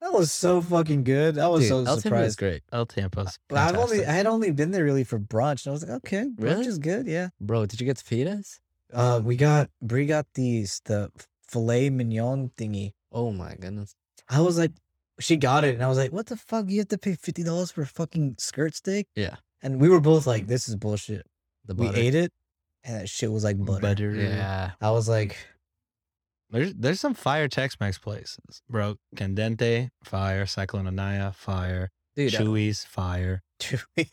S10: That was so fucking good. I was
S9: Dude,
S10: so
S9: El Tiempo is
S10: surprised.
S9: great.
S6: El Tampo's.
S10: But I've only
S6: fantastic.
S10: I had only been there really for brunch, and I was like, okay, brunch
S9: Really?
S10: is good, yeah.
S9: Bro, did you get to feed us?
S10: Uh, we got Brie got these the filet mignon thingy.
S9: Oh my goodness.
S10: I was like, she got it, and I was like, what the fuck? You have to pay fifty dollars for a fucking skirt steak?
S9: Yeah.
S10: And we were both like, this is bullshit.
S9: The
S10: we
S9: butter.
S10: ate it, and that shit was like butter.
S9: Yeah.
S10: I was like,
S6: There's there's some fire Tex-Mex places, bro. Candente, fire. Cyclone Anaya, fire.
S9: Dude, uh,
S6: Chewy's, fire.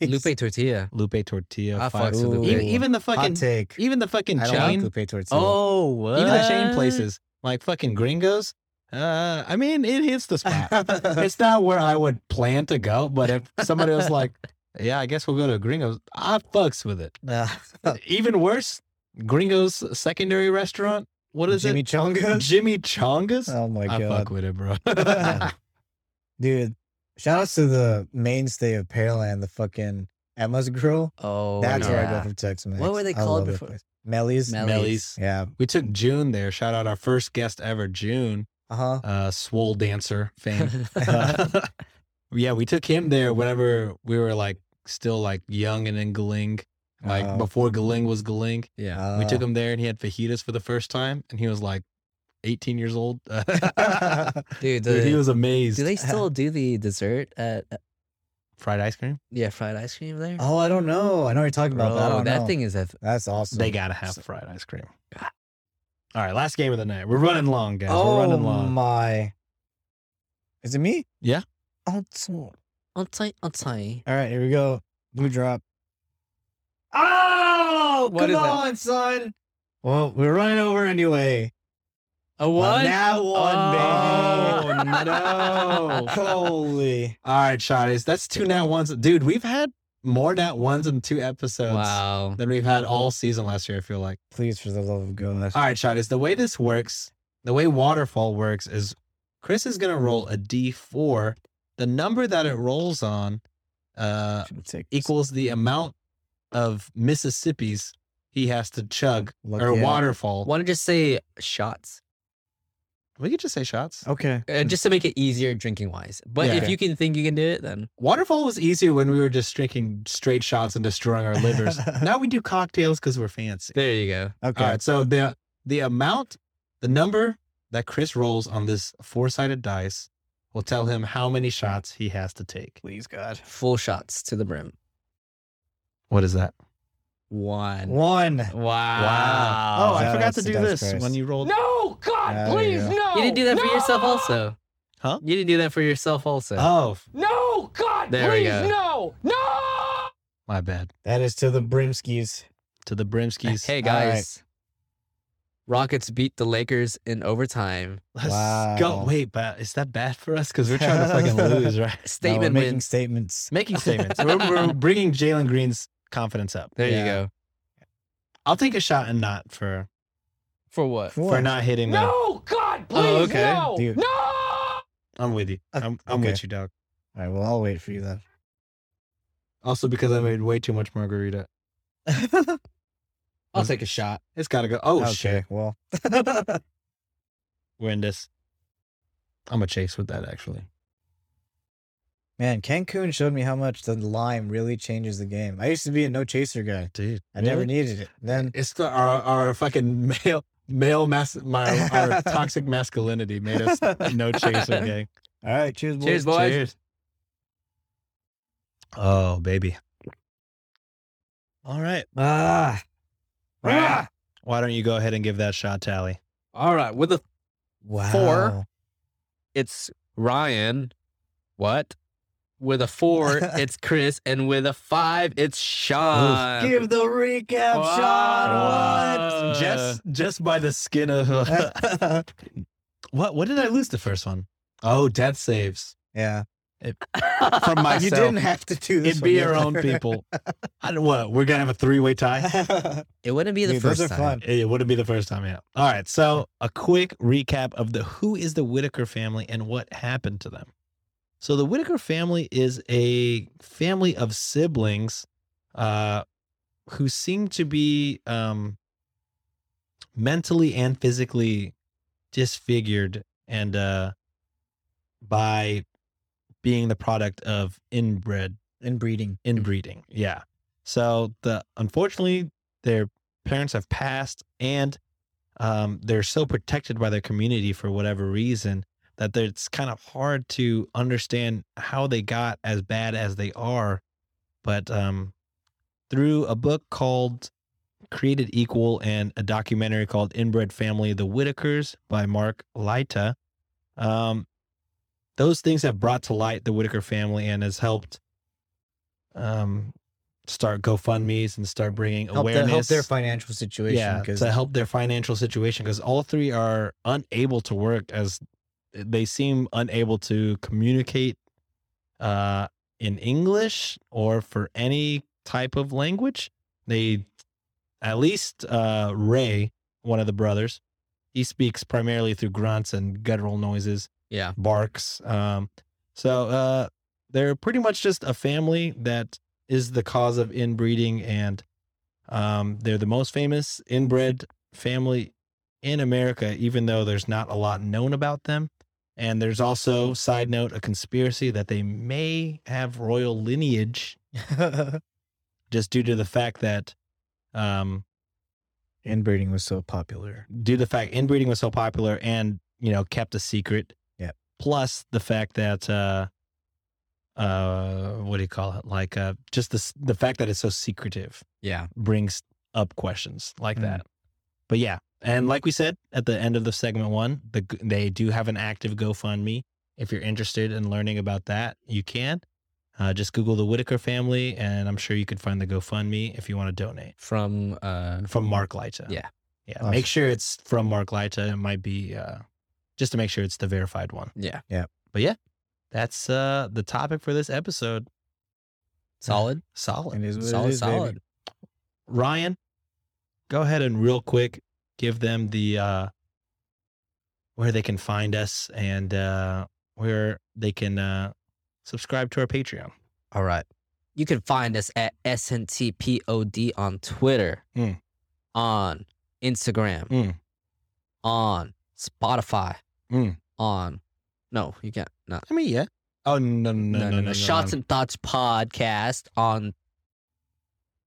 S9: Lupe tortilla.
S6: Lupe Tortilla,
S9: I fucks
S6: fire.
S10: with Lupe.
S6: E- Even, the
S10: hot
S6: fucking
S10: take.
S6: even the fucking
S10: I don't
S6: chain.
S10: like Lupe tortilla.
S6: oh, even the chain
S9: what?
S6: places like fucking Gringos. Uh, I mean, it hits the spot. it's not where I would plan to go, but if somebody was like, "Yeah, I guess we'll go to Gringos," I fucks with it.
S10: Uh,
S6: Even worse, Gringos secondary restaurant. What is it?
S10: Jimmy Chonga.
S6: Jimmy Chongas?
S10: Oh my
S6: I
S10: god,
S6: fuck with it, bro.
S10: dude! Shout outs to the mainstay of Pearland, the fucking Emma's Grill.
S9: Oh,
S10: That's where I
S9: yeah.
S10: go for Tex Mex.
S9: What were they
S10: I
S9: called
S10: love that
S9: before?
S10: place. Mellies.
S9: Mellies.
S6: Mellies.
S10: Yeah.
S6: We took June there. Shout out our first guest ever, June,
S10: Uh huh.
S6: uh, swole dancer fame. Uh, yeah, we took him there whenever we were like still like young and in Galing, like
S10: Uh-oh.
S6: before Galing was Galing.
S9: yeah.
S10: Uh,
S6: we
S10: Uh-huh.
S6: took him there and he had fajitas for the first time, and he was like 18 years old.
S9: Dude, the,
S6: Dude, he was amazed.
S9: do they still do the dessert at uh,
S6: fried ice cream?
S9: yeah fried ice cream there?
S10: Oh, I don't know. I know you're talking about
S9: Bro,
S10: that. I don't
S9: that
S10: know.
S9: thing is a
S10: That's awesome.
S6: They gotta have fried ice cream. All right, last game of the night. We're running long, guys. We're running
S10: Oh
S6: long.
S10: my. Is it me?
S6: Yeah.
S10: Oh, it's- all
S9: on time on time.
S10: right. Here we go. Blue drop.
S6: Oh,
S9: What
S10: Come
S9: is that?
S10: on, son. Well, we're running over anyway.
S9: A
S10: On that
S6: Oh,
S10: one,
S6: no.
S10: baby. Holy.
S6: All right, Shotties. That's two nat ones. Dude, we've had more nat ones in two episodes
S9: Wow.
S6: than we've had all season last year, I feel like.
S10: Please, for the love of God.
S6: All right, Shotties. The way this works, the way Waterfall works is Chris is going to roll a d4 the number that it rolls on uh,
S1: Should take this.
S6: equals the amount of Mississippi's he has to chug
S10: Lucky
S6: or
S10: out.
S6: waterfall.
S9: Want to just say shots,
S6: We could just say shots.
S10: Okay.
S9: uh, just to make it easier drinking wise. But
S6: Yeah.
S9: if you can think you can do it, then
S6: Waterfall was easier when we were just drinking straight shots and destroying our livers. now we do cocktails because we're fancy.
S9: there you go.
S10: Okay.
S6: All right. So the the amount, the number that Chris rolls on this four sided dice will tell him how many shots he has to take.
S1: Please, God.
S9: Full shots to the brim.
S6: What is that?
S9: One.
S10: One.
S9: Wow.
S6: Oh, I
S10: Shout
S6: forgot
S10: outs
S6: to
S10: to
S6: do
S10: Dice
S6: this
S10: Christ.
S6: when you rolled.
S7: No, God,
S10: Ah, there
S7: please,
S10: you
S7: no.
S9: You didn't do that for
S7: no!
S9: yourself, also.
S6: Huh?
S9: You didn't do that for yourself, also.
S6: Oh, f-
S7: No, God,
S9: There we
S7: please,
S9: go.
S7: no. No!
S6: my bad.
S10: That is to the brimskis.
S6: To the Brimskys.
S9: Hey
S10: All right.
S9: guys, Rockets beat the Lakers in overtime.
S6: Let's
S10: Wow.
S6: go. Wait, but is that bad for us? Because we're trying to fucking lose, right?
S10: No, we're
S9: Statement
S10: making
S9: wins.
S10: statements.
S6: Making statements. we're, we're bringing Jalen Green's confidence up.
S9: there
S10: Yeah.
S9: you go.
S6: I'll take a shot and not for
S9: For what?
S6: for not hitting me.
S7: No, God, please,
S9: Oh, okay.
S7: no.
S10: Dude.
S7: No!
S6: I'm with you.
S10: Uh,
S6: I'm, I'm
S10: okay.
S6: with you, dog.
S10: All right. Well, I'll wait for you then.
S6: Also because I made way too much margarita.
S9: I'll take a shot.
S6: It's gotta go. Oh
S10: okay.
S6: shit.
S10: Well,
S6: We're in this. I'm a chase with that actually.
S10: man, Cancun showed me how much the lime really changes the game. I used to be a no chaser guy.
S6: Dude.
S10: I never needed it. Then
S6: it's the, our our fucking male male mas- my our toxic masculinity made us no chaser gang.
S10: all right. Cheers, boys.
S9: Cheers, boys.
S6: Oh baby. All right.
S10: Ah.
S6: Ryan, Why don't you go ahead and give that shot tally?
S9: All right, with a
S10: Wow.
S9: Four. it's Ryan. What? With a four, it's Chris, and with a five, it's Sean.
S10: Uh, Give the recap shot.
S9: Wow.
S6: just just by the skin of what what did I lose the first one? Oh, death saves
S10: Yeah.
S6: from myself.
S10: You didn't have to do this.
S6: It'd
S10: one
S6: be our
S10: either.
S6: own people. I don't what we're gonna have a three way tie.
S9: It wouldn't be the
S10: Dude,
S9: first
S10: those are
S9: time.
S10: fun.
S6: It wouldn't be the first time, yeah. All right, so a quick recap of the who is the Whitaker family and what happened to them. So the Whitaker family is a family of siblings uh, who seem to be um, mentally and physically disfigured and uh, by being the product of inbred
S10: Inbreeding.
S6: inbreeding. Yeah. So the unfortunately their parents have passed and um, they're so protected by their community for whatever reason that they're- it's kind of hard to understand how they got as bad as they are. But um, through a book called Created Equal and a documentary called Inbred Family, The Whitakers by Mark Leita, um, those things have brought to light the Whitaker family and has helped um, start GoFundMe's and start bringing
S10: Help, their, help
S6: awareness
S10: their financial situation.
S6: yeah,
S10: 'cause-
S6: to help their financial situation because all three are unable to work as they seem unable to communicate uh, in English or for any type of language. They, at least uh, Ray, one of the brothers, he speaks primarily through grunts and guttural noises
S9: Yeah.
S6: barks. Um, so uh, they're pretty much just a family that is the cause of inbreeding, and um, they're the most famous inbred family in America, even though there's not a lot known about them. And there's also, side note, a conspiracy that they may have royal lineage just due to the fact that um,
S10: Inbreeding was so popular.
S6: due to the fact inbreeding was so popular and you know kept a secret.
S10: Yep.
S6: Plus the fact that uh, uh, what do you call it? Like uh, just the s- the fact that it's so secretive
S9: Yeah.
S6: brings up questions like
S10: Mm.
S6: that. But yeah, and like we said at the end of the segment one, the, g- they do have an active GoFundMe. If you're interested in learning about that, you can. Uh, just Google the Whitaker family, and I'm sure you could find the GoFundMe if you want to donate
S9: From uh,
S6: from Mark Leiter.
S9: Yeah.
S6: Yeah.
S10: Awesome.
S6: Make sure it's from Mark Leiter. It might be uh, just to make sure it's the verified one.
S9: yeah,
S6: But yeah, that's uh, the topic for this episode.
S9: solid,
S6: Solid.
S10: It is what
S9: solid,
S10: it is, baby.
S9: solid.
S6: Ryan, go ahead and real quick give them the uh, where they can find us and uh, where they can uh, subscribe to our Patreon.
S9: All right. You can find us at SNTPOD on Twitter,
S6: Mm.
S9: on Instagram,
S6: Mm.
S9: on Spotify,
S6: Mm.
S9: on. No, you can't. No.
S6: I mean, yeah. Oh no no no no, no, no
S9: Shots
S6: no.
S9: and Thoughts podcast on.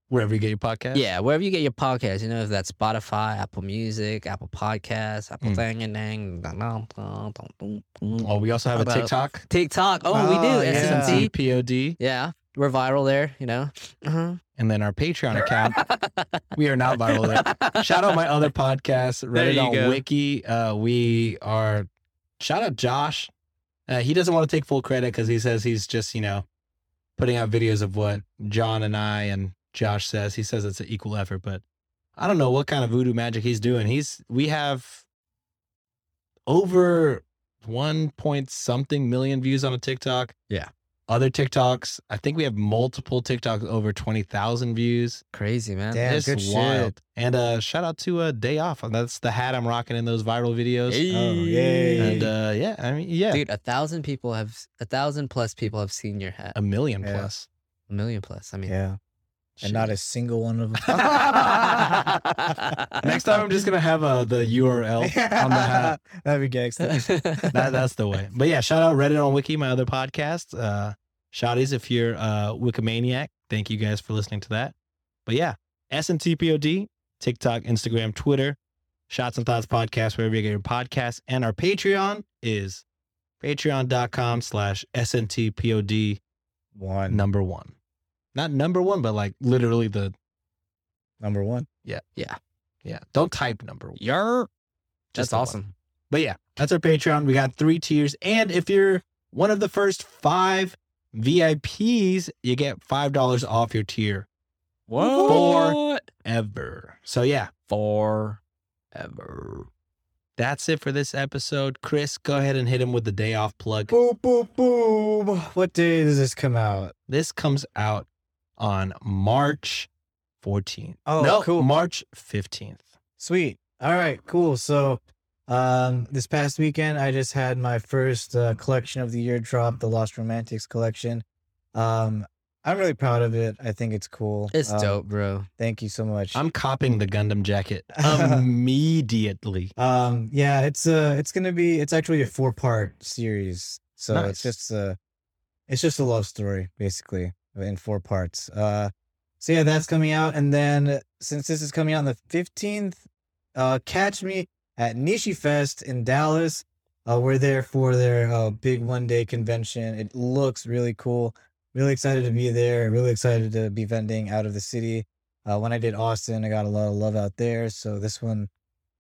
S6: wherever you get your podcast.
S9: Yeah, wherever you get your podcast. You know, if that's Spotify, Apple Music, Apple Podcasts, Apple
S6: Mm.
S9: Thing and Dang.
S6: Oh, we also have a
S9: About-
S6: TikTok.
S9: TikTok. Oh, we
S6: Ah,
S9: do.
S6: yeah.
S9: SNT.
S6: POD,
S9: Yeah. We're viral there, you know? Uh-huh.
S6: and then our Patreon account. we are not viral there. shout out my other podcast,
S9: There
S6: Reddit
S9: you
S6: on
S9: go.
S6: Wiki. Uh, we are shout out Josh. Uh, he doesn't want to take full credit because he says he's just you know putting out videos of what John and I and Josh says. He says it's an equal effort, but I don't know what kind of voodoo magic he's doing. He's we have over one point something million views on a TikTok.
S9: Yeah.
S6: Other TikToks, I think we have multiple TikToks over twenty thousand views.
S9: Crazy, man.
S10: Damn,
S6: It's
S10: good shit.
S6: And uh, shout out to uh, Day Off. That's the hat I'm rocking in those viral videos.
S9: Hey.
S10: Oh, yay.
S6: And uh, yeah, I mean, yeah,
S9: Dude, a thousand people have, a thousand plus people have seen your hat.
S6: a million
S10: Yeah.
S6: plus.
S9: A million plus. I mean,
S10: Yeah. And not a single one of
S6: Next time, I'm just gonna have uh, the URL on the hat.
S10: That'd be gangster.
S6: That, that's the way. But yeah, shout out Reddit on Wiki, my other podcast. Uh, shouties, if you're a Wikimaniac, thank you guys for listening to that. But yeah, SNTPOD, TikTok, Instagram, Twitter, Shots and Thoughts Podcast, wherever you get your podcasts. And our Patreon is patreon.com slash SNTPOD
S10: one.
S6: uh, number one. Not number one, but like literally the,
S10: Number one.
S6: yeah, don't type number one.
S9: You're just
S6: Just the one.
S9: awesome.
S6: But yeah, that's our Patreon. We got three tiers. And if you're one of the first five VIPs, you get $5 off your tier Four. ever. So yeah,
S9: Four. Forever.
S6: that's it for this episode. Chris, go ahead and hit him with the day off plug.
S10: Boom, boom, boom. What day does this come out?
S6: This comes out on March 14th.
S10: Oh,
S6: no,
S10: cool.
S6: March 15th.
S10: Sweet. All right, cool. So, um, this past weekend, I just had my first uh, collection of the year drop, the Lost Romantics collection. Um, I'm really proud of it. I think it's cool.
S9: It's
S10: Um,
S9: dope, bro.
S10: Thank you so much.
S6: I'm copying the Gundam jacket immediately.
S10: Um, yeah, it's uh it's gonna be it's actually a four part series. So
S6: Nice.
S10: it's just uh it's just a love story, basically, in four parts. Uh so yeah, that's coming out. And then since this is coming out on the fifteenth, uh catch me at Nishi Fest in Dallas. Uh we're there for their uh big one day convention. It looks really cool. Really excited to be there, really excited to be vending out of the city. Uh, when I did Austin, I got a lot of love out there. So this one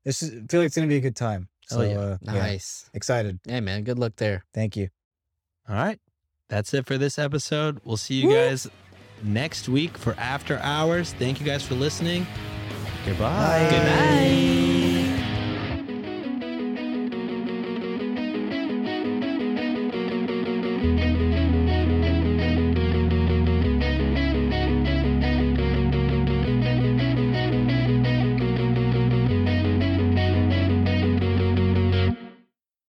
S10: this is I feel like it's gonna be a good time. So
S6: Hell yeah.
S10: uh, yeah,
S9: Oh, Nice.
S10: excited.
S9: Hey, man. Good luck there.
S10: Thank you.
S6: All right. That's it for this episode. We'll see you guys next week for After Hours. Thank you guys for listening. Goodbye.
S10: Bye. Good night.
S9: Bye.